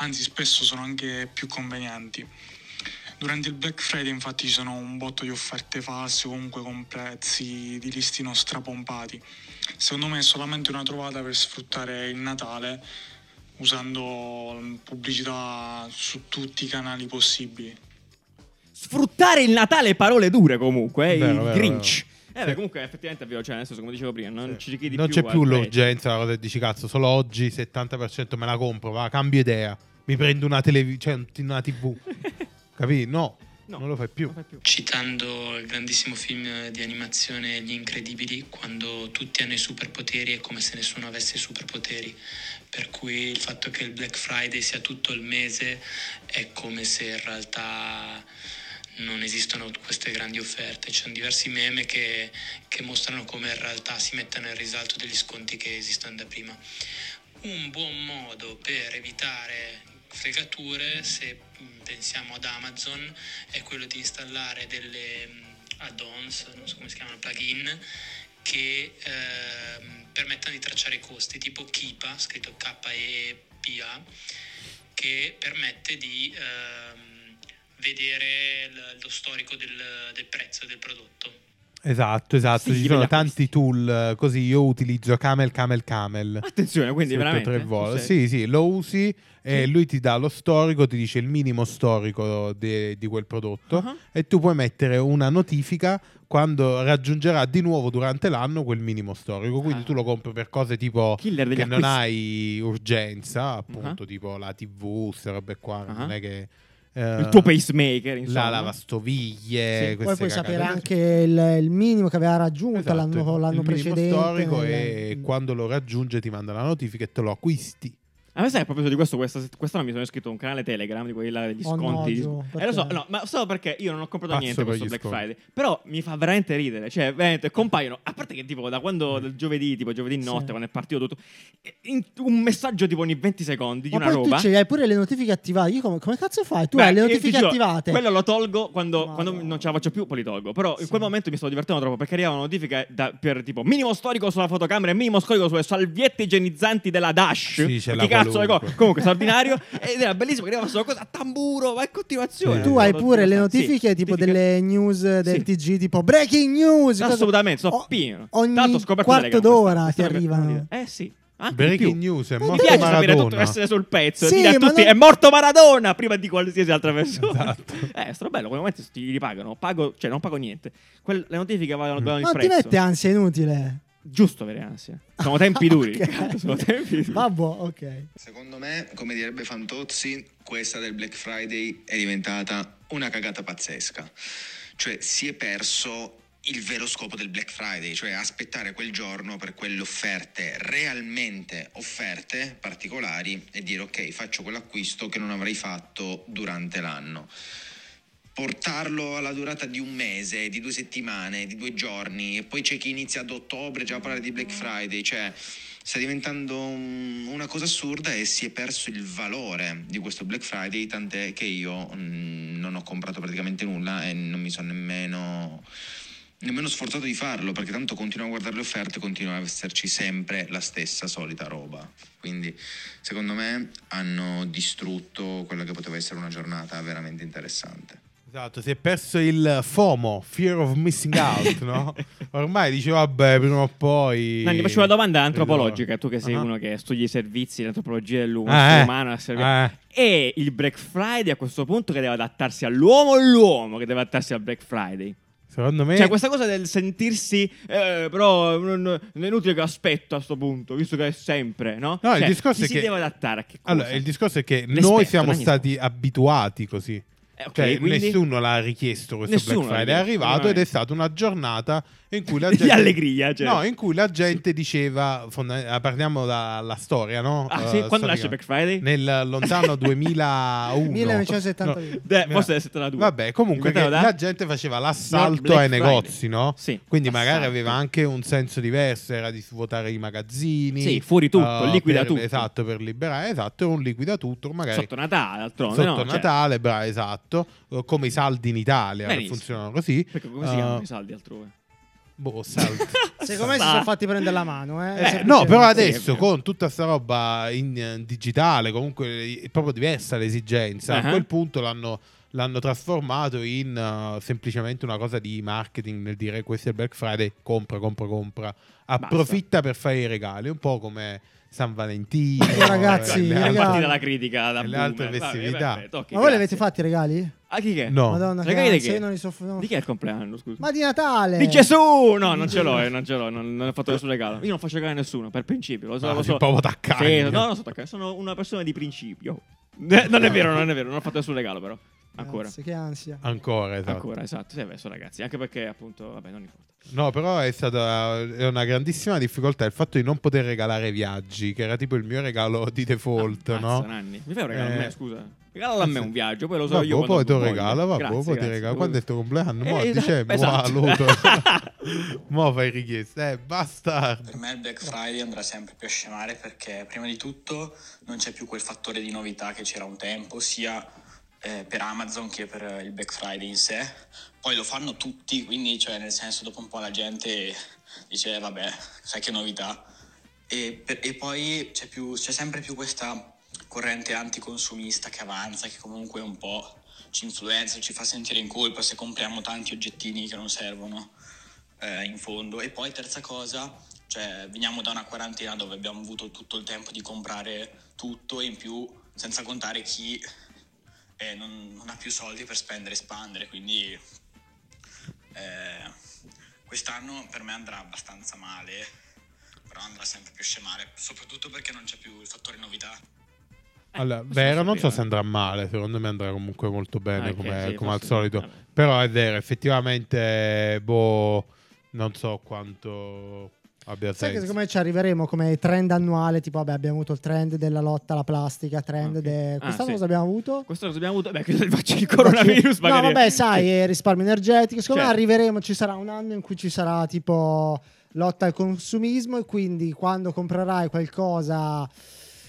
S5: anzi spesso sono anche più convenienti. Durante il Black Friday infatti ci sono un botto di offerte false, comunque con prezzi di listino strapompati. Secondo me è solamente una trovata per sfruttare il Natale usando mm, pubblicità su tutti i canali possibili.
S2: Sfruttare il Natale, parole dure comunque, eh,
S1: Vero,
S2: il
S1: vero,
S2: Grinch. Eh,
S1: Sì.
S2: beh, comunque effettivamente è vero, cioè, nel senso, come dicevo prima, non ci richiedi
S1: non
S2: più
S1: c'è più
S2: al prezzo.
S1: l'urgenza, la cosa che dici cazzo, solo oggi 70% me la compro, va, cambio idea, mi prendo una, televi- cioè, un- una tv, capì? No,
S2: No,
S1: non lo fai più.
S2: non fai più.
S6: Citando il grandissimo film di animazione Gli Incredibili, quando tutti hanno i superpoteri è come se nessuno avesse i superpoteri, per cui il fatto che il Black Friday sia tutto il mese è come se in realtà non esistono queste grandi offerte, ci sono diversi meme che, che mostrano come in realtà si mettono in risalto degli sconti che esistono da prima. Un buon modo per evitare fregature, se mm, pensiamo ad Amazon, è quello di installare delle mm, add-ons, non so come si chiamano, plugin, che ehm, permettano di tracciare i costi, tipo Kipa, scritto K-E-P-A, che permette di ehm, vedere l- lo storico del- del prezzo del prodotto.
S1: Esatto, esatto,
S2: Sì,
S1: ci
S2: per
S1: sono
S2: gli
S1: tanti tool, eh, così io utilizzo Camel, Camel, Camel.
S2: Attenzione, Ah, quindi
S1: Sotto
S2: veramente. eh,
S1: tre
S2: sul
S1: volte.
S2: serio.
S1: Sì, sì, lo usi e lui ti dà lo storico, ti dice il minimo storico de- di quel prodotto
S2: Ah.
S1: e tu puoi mettere una notifica quando raggiungerà di nuovo durante l'anno quel minimo storico. Quindi
S2: Ah.
S1: tu lo compri per cose tipo
S2: Killer degli
S1: che non
S2: acquisti.
S1: hai urgenza, appunto, tipo la TV, queste robe qua,
S2: Ah.
S1: non è che eh,
S2: Il tuo pacemaker, insomma.
S1: la lavastoviglie, queste
S2: Sì.
S3: Poi
S1: cacate.
S3: puoi sapere anche il, il minimo che aveva raggiunto
S1: Esatto,
S3: l'anno,
S1: il
S3: l'anno
S1: minimo
S3: precedente.
S1: storico
S3: nel- Mm.
S1: e quando lo raggiunge ti manda la notifica e te lo acquisti.
S2: A me sai, a proposito di questo, questa, quest'anno mi sono iscritto a un canale Telegram di quelli là degli
S3: Oh,
S2: sconti.
S3: no, Gio,
S2: eh, lo so,
S3: perché?
S2: no, ma solo perché io non ho comprato
S1: Pazzo
S2: niente
S1: per
S2: questo
S1: gli
S2: Black
S1: sconti.
S2: Friday. Però mi fa veramente ridere. Cioè, veramente compaiono. A parte che, tipo, da
S1: Mm.
S2: quando del giovedì, tipo giovedì notte,
S3: Sì.
S2: quando è partito tutto. eh, in- un messaggio tipo ogni 20 secondi di una
S3: Ma poi
S2: roba.
S3: tu ce l'hai pure le notifiche attivate. Io come, come cazzo fai? Tu
S2: Beh,
S3: hai le
S2: io ti
S3: notifiche
S2: giuro,
S3: attivate.
S2: Quello lo tolgo quando,
S3: Ma
S2: quando
S3: no.
S2: non ce la faccio più, poi li tolgo. Però in
S3: Sì.
S2: quel momento mi stavo divertendo troppo perché arrivavano notifiche da- per tipo minimo storico sulla fotocamera e minimo storico sulle salviette igienizzanti della Dash.
S1: Sì, ce
S2: Ma
S1: l'ha
S2: che cazzo le co-
S1: qualunque.
S2: Comunque, straordinario. Ed era bellissimo che arrivava solo cosa a tamburo, ma in continuazione.
S1: Sì.
S3: Tu
S1: Eh,
S3: hai pure le notifiche
S2: Sì,
S3: tipo
S2: notifiche.
S3: delle news del
S2: Sì.
S3: TG, tipo breaking news. cose-
S2: Assolutamente, sono
S3: O-
S2: pieno.
S3: Ogni
S2: Tanto ho scoperto
S3: quarto
S2: Telegram questa-
S3: d'ora ti
S2: questa roba che-
S3: arrivano.
S2: Eh sì. Anche di
S1: Breaking
S2: più.
S1: news, è
S3: Mi
S2: Mi
S1: morto
S2: piace sapere tutto,
S1: Maradona.
S2: essere sul pezzo.
S3: Sì,
S2: dire a
S3: ma
S2: tutti,
S3: non-
S2: è morto Maradona prima di qualsiasi altra persona.
S1: Esatto.
S2: Eh, sto bello, quel momento ti ripagano. Pago, cioè, non pago niente. Quel- le notifiche vanno,
S1: Mm.
S2: vanno il
S3: Non ti
S2: prezzo.
S3: mette ansia, è inutile.
S2: Giusto avere ansia. Sono tempi duri.
S3: Ok.
S2: Sono tempi duri.
S3: Vabbè, ok.
S7: Secondo me, come direbbe Fantozzi, questa del Black Friday è diventata una cagata pazzesca. Cioè, si è perso il vero scopo del Black Friday, cioè aspettare quel giorno per quelle offerte realmente offerte particolari e dire ok, faccio quell'acquisto che non avrei fatto durante l'anno. Portarlo alla durata di un mese, di due settimane, di due giorni, e poi c'è chi inizia ad ottobre già a parlare di Black Friday, cioè sta diventando un- una cosa assurda e si è perso il valore di questo Black Friday, tant'è che io mm, non ho comprato praticamente nulla e non mi sono nemmeno, nemmeno sforzato di farlo, perché tanto continuo a guardare le offerte e continua ad esserci sempre la stessa solita roba. Quindi secondo me hanno distrutto quella che poteva essere una giornata veramente interessante.
S1: Esatto, si è perso il FOMO, Fear of Missing Out, no? Ormai dice, vabbè, prima o poi...
S2: Nanni, facevo una domanda antropologica.
S1: Allora.
S2: Tu che sei
S1: Ah.
S2: uno che studia i servizi, l'antropologia dell'uomo,
S1: Ah,
S2: l'essere
S1: eh.
S2: umano, l'essere umano.
S1: Ah, eh.
S2: E il Black Friday a questo punto che deve adattarsi all'uomo o l'uomo che deve adattarsi al Black Friday?
S1: Secondo me...
S2: Cioè, questa cosa del sentirsi, eh, però non, non è inutile che aspetto a sto punto, visto che è sempre, no?
S1: No, il
S2: Cioè,
S1: discorso
S2: chi
S1: è
S2: si
S1: che-
S2: deve adattare a che cosa?
S1: Allora, il discorso è che
S2: L'esperto,
S1: noi siamo
S2: Dagni,
S1: stati abituati così.
S2: Eh, ok,
S1: Cioè,
S2: quindi
S1: nessuno l'ha richiesto questo
S2: Nessuno
S1: Black Friday,
S2: l'ha
S1: è
S2: richiesto,
S1: arrivato ed è
S2: veramente.
S1: stata una giornata in cui la
S2: Di
S1: gente...
S2: allegria, cioè.
S1: No, in cui la gente diceva, fonda- eh, parliamo dalla storia, no?
S2: Ah,
S1: Eh,
S2: sì? Quando nasce
S1: storica.
S2: Black Friday?
S1: Nel lontano 2001.
S3: 1972.
S1: No.
S2: Beh,
S1: Mira-
S2: forse è 72.
S1: Vabbè, comunque che
S2: Inventato da-
S1: la gente faceva
S2: Not
S1: l'assalto
S2: eh? Black
S1: ai
S2: Friday.
S1: negozi, no?
S2: Sì,
S1: Quindi magari
S2: assalto.
S1: aveva anche un senso diverso, era di svuotare i magazzini.
S2: Sì, fuori tutto,
S1: eh,
S2: liquida
S1: per-
S2: tutto.
S1: Esatto, per liberare, esatto, era un liquida tutto, magari
S2: Sotto Natale, d'altronde.
S1: sotto
S2: no? Cioè,
S1: Natale, bravo, esatto, eh, come i saldi in Italia che
S2: Benissimo.
S1: funzionano così.
S2: Perché come si
S1: Eh,
S2: chiamano i saldi altrove?
S1: boh, saldi.
S3: Secondo me si
S2: Sa-
S3: sono fatti prendere la mano. eh,
S1: Eh,
S3: semplicemente.
S1: no, però
S2: Sì,
S1: adesso
S2: è vero.
S1: con tutta sta roba in eh, digitale, comunque è proprio diversa l'esigenza.
S2: Ah.
S1: A quel punto l'hanno, l'hanno trasformato in eh, semplicemente una cosa di marketing nel dire questo è il Black Friday, compra, compra, compra. Approfitta per fare i regali, un po' come San Valentino. eh,
S3: Oh, ragazzi,
S1: e le
S3: i
S2: È
S1: altre-
S3: regali.
S2: partita la critica da
S1: E le altre
S2: boomer. Vabbè,
S1: festività.
S2: perfetto, ok,
S3: Ma voi li
S2: grazie.
S3: avete fatti i regali?
S2: A chi che? è?
S1: No.
S3: Madonna, che
S2: Regali di
S3: ansia,
S2: che?
S3: io non li so. no.
S2: Di chi è il compleanno, scusa?
S3: Ma di Natale!
S2: Di Gesù! No, non ce l'ho, eh, non ce l'ho, non, non ho fatto nessun regalo. Io non faccio regalo a nessuno, per principio. Lo so,
S1: Ah,
S2: lo
S1: sei
S2: so.
S1: proprio taccagno.
S2: Sì, no, non so taccagno, sono una persona di principio. Eh, Non è vero, non è vero, non ho fatto nessun regalo però. Ancora.
S3: Cazzo, che ansia.
S1: Ancora, esatto.
S2: Ancora, esatto. Sì, adesso ragazzi, anche perché appunto, vabbè, non importa.
S1: No, però è stata è una grandissima difficoltà il fatto di non poter regalare viaggi, che era tipo il mio regalo di default,
S2: Ah,
S1: no?
S2: mazza, Nanni. Mi fai un regalo
S1: Eh.
S2: a me, scusa. Regala a me un viaggio, poi lo so
S1: Vabbè, boh,
S2: io.
S1: poi
S2: quando
S1: te lo
S2: voglio.
S1: regalo, vabbè,
S2: Grazie,
S1: poi ti
S2: grazie.
S1: regalo. Quando è il tuo compleanno?
S2: Eh,
S1: mo' a
S2: esatto,
S1: dicembre,
S2: esatto.
S1: mo' boh, a luto. mo' fai richieste, eh, bastardo.
S8: Per me il Black Friday andrà sempre più a scemare perché prima di tutto non c'è più quel fattore di novità che c'era un tempo, sia eh, per Amazon che per eh, il Black Friday in sé. Poi lo fanno tutti, quindi cioè, nel senso dopo un po' la gente dice "Eh, vabbè, sai che novità. E, per- e poi c'è, più- c'è sempre più questa corrente anticonsumista che avanza, che comunque un po' ci influenza, ci fa sentire in colpa se compriamo tanti oggettini che non servono eh, in fondo. E poi terza cosa, cioè veniamo da una quarantena dove abbiamo avuto tutto il tempo di comprare tutto e in più senza contare chi eh, non, non ha più soldi per spendere e spandere, quindi eh, quest'anno per me andrà abbastanza male, però andrà sempre più a scemare, soprattutto perché non c'è più il fattore novità.
S1: Allora,
S2: questo
S1: vero,
S2: lo
S1: non so
S2: sapevo,
S1: se
S2: eh.
S1: andrà male, secondo me andrà comunque molto bene
S2: Ah, ok,
S1: come,
S2: sì,
S1: come al
S2: forse-
S1: solito.
S2: vabbè.
S1: Però è vero, effettivamente, boh, non so quanto abbia
S3: Sai che
S1: senso.
S3: secondo me ci arriveremo come trend annuale, tipo vabbè abbiamo avuto il trend della lotta alla plastica, trend
S2: Ok.
S3: de-
S2: Ah,
S3: Quest'anno
S2: sì.
S3: cosa abbiamo avuto?
S2: Questo cosa abbiamo avuto? Beh, credo il vaccino il coronavirus.
S3: No,
S2: magari.
S3: vabbè, sai, eh, risparmio energetico. Secondo me
S2: Certo.
S3: arriveremo, ci sarà un anno in cui ci sarà tipo lotta al consumismo e quindi quando comprerai qualcosa eh,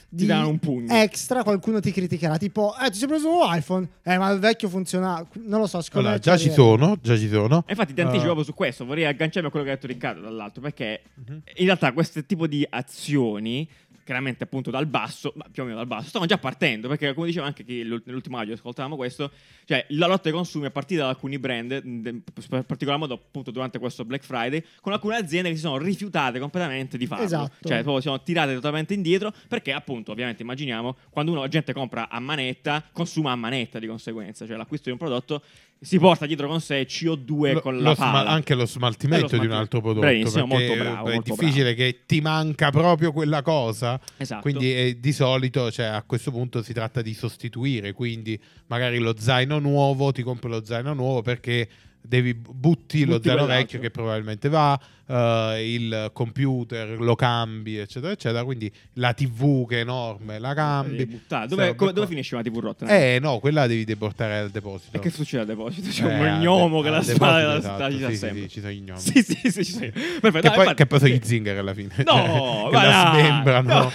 S3: di
S2: Ti danno un pugno.
S3: extra qualcuno ti criticherà, tipo "Eh, ti sei preso un nuovo iPhone? Eh, ma il vecchio funziona". Non lo so, secondo
S1: Allora,
S3: me
S1: già ci
S3: arriveremo.
S1: sono, già ci sono. Eh,
S2: E infatti ti anticipo proprio su questo, vorrei agganciarmi a quello che ha detto Riccardo dall'altro, perché in realtà questo tipo di azioni, chiaramente appunto dal basso, ma più o meno dal basso, stanno già partendo, perché come diceva anche chi l'ul- nell'ultimo audio ascoltavamo questo, cioè la lotta ai consumi è partita da alcuni brand, mh, de- in particolar modo appunto durante questo Black Friday, con alcune aziende che si sono rifiutate completamente di farlo.
S3: Esatto.
S2: Cioè proprio si sono tirate totalmente indietro, perché appunto ovviamente immaginiamo, quando una gente compra a manetta, consuma a manetta di conseguenza, cioè l'acquisto di un prodotto si porta dietro con sé CO2
S1: Lo-
S2: con
S1: lo
S2: la
S1: sma-
S2: palla.
S1: anche lo smaltimento,
S2: E lo
S1: di un altro prodotto.
S2: Bravissimo,
S1: perché
S2: molto bravo,
S1: È
S2: molto
S1: difficile che ti manca proprio quella cosa.
S2: Esatto.
S1: Quindi eh, di solito cioè, a questo punto si tratta di sostituire. Quindi magari lo zaino nuovo, ti compri lo zaino nuovo perché devi butti lo zaino
S2: Butti quell'altro.
S1: vecchio che probabilmente va, eh, il computer lo cambi, eccetera, eccetera. Quindi la TV che è enorme, la cambi.
S2: Devi buttare.
S1: Sta
S2: Dove,
S1: roba
S2: come-
S1: qua.
S2: dove finisce una TV rotta?
S1: ecco. Eh no, quella devi deportare al deposito.
S2: E che succede al deposito? C'è
S1: Eh,
S2: un Diciamo, gnomo
S1: al-
S2: che la
S1: al
S2: spada la
S1: deposito,
S2: sta
S1: esatto,
S2: ci sta
S1: sì, sì,
S2: sempre.
S1: sì, ci sono i gnomi.
S2: Sì, sì, sì, ci sono. Perfetto.
S1: Che
S2: no,
S1: poi,
S2: infatti-
S1: che poi sono
S2: sì.
S1: gli zinger alla fine.
S2: No,
S1: che
S2: ma
S1: la
S2: dai.
S1: smembrano.
S2: No,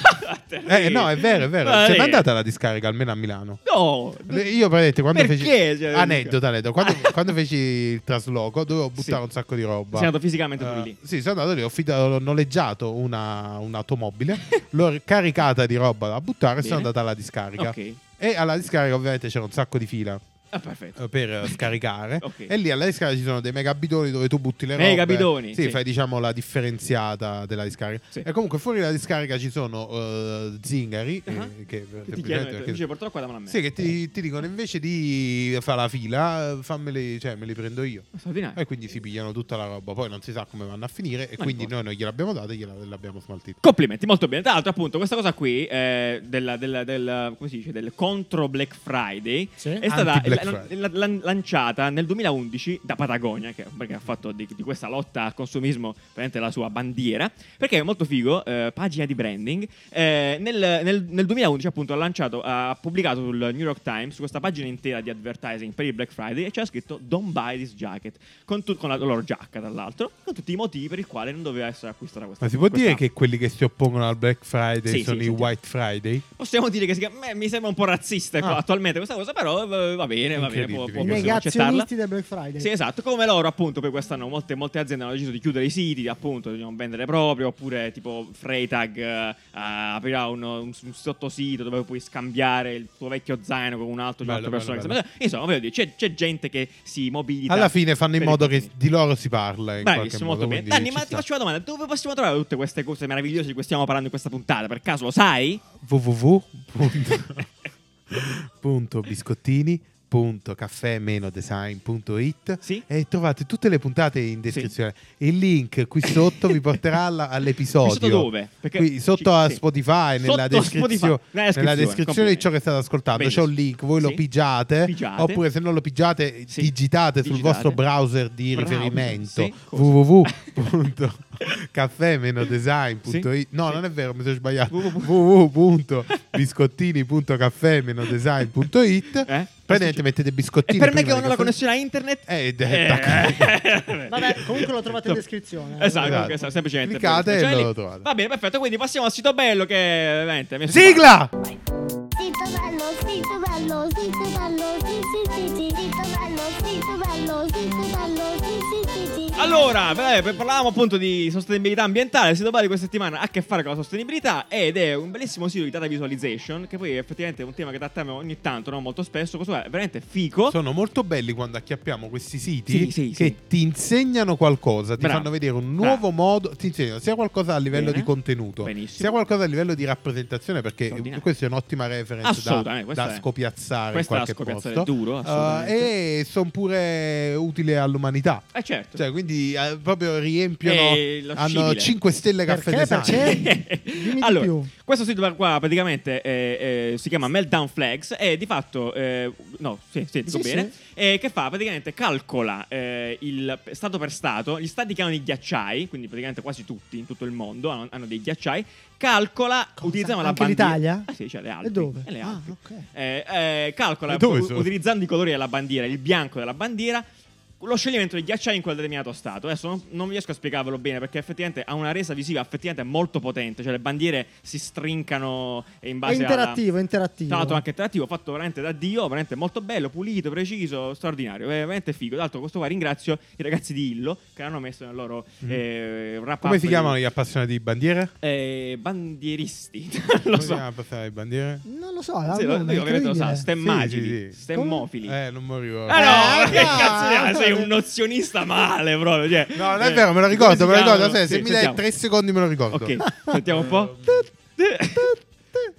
S1: eh, no, è vero, è vero.
S2: Ma
S1: Se n'è
S2: dai.
S1: andata alla discarica, almeno a Milano.
S2: No.
S1: Le- Io praticamente quando
S2: Perché?
S1: feci
S2: Cioè,
S1: aneddota,
S2: dica.
S1: aneddota. Quando, quando feci il trasloco dovevo buttare
S2: Sì.
S1: un sacco di roba.
S2: Sei andato fisicamente pure
S1: Eh,
S2: lì.
S1: Sì, sono andato lì, ho, fitta- ho noleggiato una- un'automobile, l'ho ri- caricata di roba da buttare e sono
S2: Bene.
S1: andata alla discarica.
S2: Ok.
S1: E alla discarica ovviamente c'era un sacco di fila
S2: Ah, perfetto.
S1: eh, per eh, scaricare
S2: Ok.
S1: e lì alla discarica ci sono dei mega bidoni dove tu butti le robe
S2: Mega bidoni,
S1: sì,
S2: sì.
S1: fai diciamo la differenziata della discarica
S2: Sì.
S1: e comunque fuori dalla discarica ci sono eh, zingari eh,
S2: Ah.
S1: che,
S2: Che
S1: semplicemente
S2: ti chiedono, eh,
S1: perché-
S2: dice, portalo qua davanti a me. Eh.
S1: sì, che ti, ti dicono invece di fare la fila fammeli cioè me li prendo io
S2: Straordinario.
S1: e quindi si pigliano tutta la roba poi non si sa come vanno a finire e
S2: Ah, Ma
S1: quindi
S2: importa.
S1: noi non gliel'abbiamo data e gliela- gliel'abbiamo smaltita
S2: Complimenti, molto bene. Tra l'altro, appunto, questa cosa qui eh, della, della- del, come si dice, del contro Black Friday
S3: Sì.
S2: è stata
S1: Anti-Black Black Friday.
S2: la- la- lanciata nel 2011 da Patagonia, che, perché ha fatto di, di questa lotta al consumismo veramente la sua bandiera, perché è molto figo, eh, pagina di branding. Eh, nel, nel- nel 2011 appunto ha lanciato, ha pubblicato sul New York Times questa pagina intera di advertising per il Black Friday e c'era scritto Don't buy this jacket, con, tut- con la loro giacca tra l'altro, con tutti i motivi per i quali non doveva essere acquistata questa
S1: Ma si può
S2: questa-
S1: dire che quelli che si oppongono al Black Friday
S2: Sì,
S1: sono
S2: sì,
S1: i
S2: sì.
S1: White Friday?
S2: Possiamo dire che si chiama- beh, mi sembra un po' razzista
S1: Ah.
S2: attualmente questa cosa, però eh, va bene, va bene, può,
S1: Incredibile.
S2: può,
S1: I
S2: possiamo accettarla.
S3: negazionisti del Black Friday.
S2: Sì, esatto, come loro appunto per quest'anno molte, molte aziende hanno deciso di chiudere i siti, appunto, di non vendere proprio, oppure tipo Freitag eh, aprirà un, un- un sottosito dove puoi scambiare il tuo vecchio zaino con un altro, di
S1: Bello,
S2: un'altra persona.
S1: bello,
S2: che sta- Insomma, voglio dire, c'è, c'è gente che si mobilita.
S1: Alla fine fanno in
S2: per i
S1: modo che
S2: confini.
S1: di loro si parla. In qualche
S2: Bravissimo, molto
S1: modo,
S2: bene.
S1: quindi
S2: Danny,
S1: ci
S2: ma ti
S1: sta.
S2: faccio una domanda: dove possiamo trovare tutte queste cose meravigliose di cui stiamo parlando in questa puntata? Per caso lo sai?
S1: www.biscottini.caffè-design.it
S2: Sì.
S1: e trovate tutte le puntate in descrizione. Il link qui sotto vi porterà alla- all'episodio.
S2: Qui sotto dove? Perché-
S1: Qui sotto
S2: sì,
S1: a
S2: sì.
S1: Spotify, nella,
S2: Sotto
S1: descrizio-
S2: Spotify, nella
S1: nella descrizione,
S2: descrizione,
S1: di ciò che state ascoltando.
S2: Benissimo.
S1: C'è un link, voi
S2: Sì.
S1: lo pigiate,
S2: Pigiate.
S1: oppure se non lo pigiate
S2: Sì.
S1: digitate sul
S2: Digitate.
S1: vostro browser di
S2: Browser,
S1: riferimento
S2: sì, cosa?
S1: www.caffè-design.it
S2: Sì,
S1: No,
S2: sì.
S1: non è vero, mi sono sbagliato.
S2: www.
S1: www.biscottini.caffè-design.it
S2: Eh?
S1: Praticamente mettete biscottini
S2: E per me
S1: prima
S2: che
S1: di
S2: non ho la
S1: caffè.
S2: connessione a internet?
S1: Eh, d-
S2: Eh.
S3: Vabbè, comunque lo trovate in descrizione.
S2: Esatto,
S1: Esatto.
S2: comunque, semplicemente
S1: Cliccate
S2: per-
S1: e
S2: cioè,
S1: lo
S2: lì-
S1: trovate.
S2: Va bene, perfetto. Quindi passiamo al sito bello che veramente mi è
S1: Sigla!
S9: Zitto bello, zitto bello, zitto bello, sì sì sì sì, zitto bello, zitto bello, zitto bello, sì sì sì sì.
S2: Allora, beh, beh, parlavamo appunto di sostenibilità ambientale. Il sito bello di questa settimana ha a che fare con la sostenibilità ed è un bellissimo sito di data visualization. Che poi è effettivamente un tema che trattiamo ogni tanto, non molto spesso. Questo è veramente fico.
S1: Sono molto belli quando acchiappiamo questi siti
S2: Sì, sì,
S1: che
S2: sì.
S1: ti insegnano qualcosa, ti
S2: Bravo.
S1: fanno vedere un nuovo
S2: Bravo.
S1: modo, ti insegnano sia qualcosa a livello
S2: Bene.
S1: di contenuto,
S2: Benissimo.
S1: sia qualcosa a livello di rappresentazione, perché
S2: Straordinario.
S1: questa è un'ottima reference da,
S2: Assolutamente, questa
S1: da
S2: è-
S1: scopiazzare in
S2: questa
S1: qualche
S2: da scopiazzare
S1: posto.
S2: duro,
S1: Eh,
S2: assolutamente.
S1: e sono pure utili all'umanità.
S2: Eh, certo.
S1: Cioè, quindi eh, proprio riempiono,
S2: Eh, lo
S1: hanno
S2: scibile.
S1: 5 stelle caffè
S3: Perché?
S1: design.
S3: Perché? Dimmi di
S2: allora,
S3: più.
S2: questo sito qua praticamente eh, eh, si chiama Meltdown Flags e di fatto, eh, no, sì, sì, dico
S3: Sì,
S2: bene,
S3: sì.
S2: eh, che fa praticamente calcola eh, il stato per stato, gli stati che hanno i ghiacciai, quindi praticamente quasi tutti in tutto il mondo hanno, hanno dei ghiacciai, calcola,
S3: Cosa?
S2: utilizzano la
S3: Anche
S2: bandiera.
S3: l'Italia?
S2: Ah, sì, c'è le Alpi.
S3: E dove?
S2: le
S3: Ah,
S2: Alpi.
S3: ok.
S2: Eh, eh, calcola
S1: E dove
S2: u-
S1: sono?
S2: utilizzando i colori della bandiera, il bianco della bandiera, lo scioglimento dei ghiacciai in quel determinato stato. Adesso non, non riesco a spiegarvelo bene perché effettivamente ha una resa visiva effettivamente molto potente, cioè le bandiere si strincano in
S3: È
S2: base
S3: interattivo, è
S2: alla...
S3: interattivo.
S2: Tra l'altro anche interattivo, fatto veramente da Dio, veramente molto bello, pulito, preciso, straordinario, è veramente figo. Tra l'altro questo qua ringrazio i ragazzi di Illo che l'hanno messo nel loro eh, wrap
S1: Mm. Come
S2: up
S1: si
S2: di-
S1: chiamano gli appassionati di bandiere?
S2: Eh, bandieristi, non lo
S1: Come si
S2: so.
S1: chiamano gli appassionati di bandiere?
S3: Non lo so,
S2: Sì, lo, lui ovviamente lo sa, stemmagili,
S1: Sì, sì, sì.
S2: stemmofili.
S1: Eh, non mi ricordo.
S2: Ah no,
S3: Eh,
S2: che
S3: no.
S2: cazzo di- sei un nozionista male proprio. Cioè,
S1: No, non è
S2: Eh,
S1: vero, me lo
S2: come
S1: ricordo,
S2: si
S1: me lo ricordo.
S2: chiamano?
S1: Se, se
S2: Sì,
S1: mi
S2: sentiamo.
S1: dai tre secondi me lo ricordo.
S2: Ok, sentiamo un po'.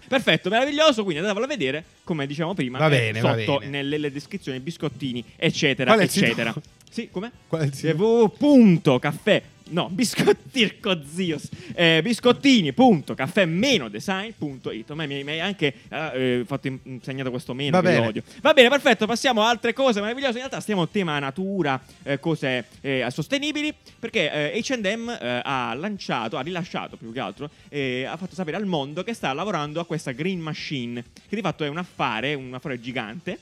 S2: Perfetto, meraviglioso, quindi andatevelo a vedere, come diciamo prima,
S1: Va
S2: è
S1: bene, va
S2: sotto
S1: bene.
S2: nelle, nelle descrizioni, biscottini, eccetera,
S1: Qual è il sito?
S2: eccetera. Sì, Eh, come?
S1: Qual è il sito?
S2: www.caffè No, biscottirco zios eh, biscottini.caffè-design.it Ma mi mi hai anche eh, fatto in- insegnato questo meno
S1: Va
S2: che lo
S1: bene.
S2: odio. Va bene, perfetto, passiamo a altre cose meravigliose. In realtà stiamo a tema natura, eh, cose eh, sostenibili, perché eh, H&M eh, ha lanciato, ha rilasciato più che altro, eh, ha fatto sapere al mondo che sta lavorando a questa Green Machine, che di fatto è un affare, un affare gigante.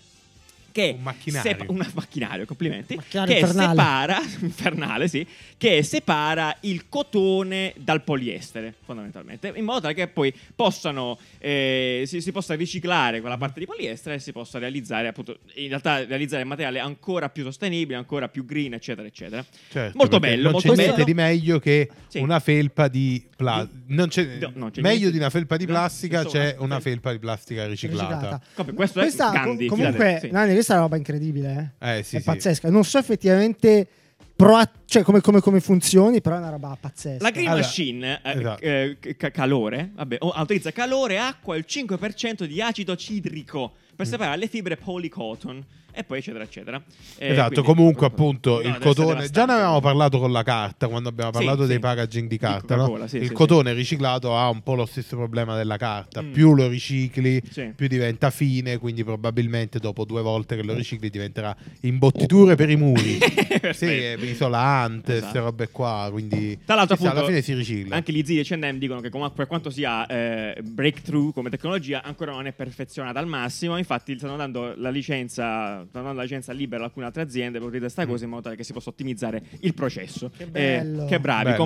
S2: Che
S1: Un macchinario.
S2: sepa- un macchinario, complimenti.
S3: Macchinario
S2: che
S3: infernale.
S2: separa, infernale, sì, che separa il cotone dal poliestere, fondamentalmente, in modo tale che poi possano, eh, si, si possa riciclare quella parte di poliestere e si possa realizzare, appunto, in realtà realizzare materiale ancora più sostenibile, ancora più green, eccetera, eccetera.
S1: Certo,
S2: molto
S1: perché
S2: bello,
S1: Non c'è
S2: molto
S1: niente
S2: bello.
S1: di meglio che
S2: Sì.
S1: una felpa di plastica.
S2: No, non c'è niente.
S1: meglio di una felpa di
S2: No,
S1: plastica
S2: insomma,
S1: c'è
S2: sì.
S1: una felpa di plastica riciclata.
S2: Copia, questo è
S3: questa,
S2: Gandhi,
S3: com-
S2: fidate,
S3: comunque,
S2: sì.
S3: Nani, questa è una roba incredibile. eh.
S1: Eh, sì,
S3: è
S1: sì.
S3: pazzesca. Non so effettivamente proa- cioè, come, come- come funzioni, però è una roba pazzesca.
S2: La Green
S1: Allora,
S2: Machine eh,
S1: esatto.
S2: eh, ca- calore, vabbè, o- autorizza calore, acqua e il 5% di acido cidrico
S1: Mm.
S2: per separare le fibre polycotton e poi eccetera eccetera. Eh,
S1: esatto,
S2: quindi-
S1: comunque appunto
S2: No,
S1: il
S2: deve essere
S1: cotone, già ne
S2: devastante.
S1: avevamo parlato con la carta quando abbiamo
S2: Sì,
S1: parlato
S2: sì.
S1: dei packaging di
S2: Di
S1: carta,
S2: Coca-Cola,
S1: no?
S2: sì,
S1: il
S2: sì,
S1: cotone riciclato ha un po' lo stesso problema della carta,
S2: Mm.
S1: più lo ricicli
S2: Sì.
S1: più diventa fine, quindi probabilmente dopo due volte che lo ricicli diventerà imbottiture per i muri, sì, eh, è
S2: Perfetto.
S1: isolante,
S2: Esatto.
S1: queste robe qua, quindi
S2: Tra l'altro,
S1: chissà,
S2: appunto,
S1: alla fine si ricicla.
S2: Anche gli zii di H&M dicono che comunque, per quanto sia eh, breakthrough come tecnologia, ancora non è perfezionata al massimo. Infatti, stanno dando la licenza, stanno dando la licenza libera ad alcune altre aziende per utilizzare
S1: Mm.
S2: questa cosa in modo tale che si possa ottimizzare il processo. Eh,
S3: Che bello.
S2: che bravi,
S1: Bello,
S2: Ah,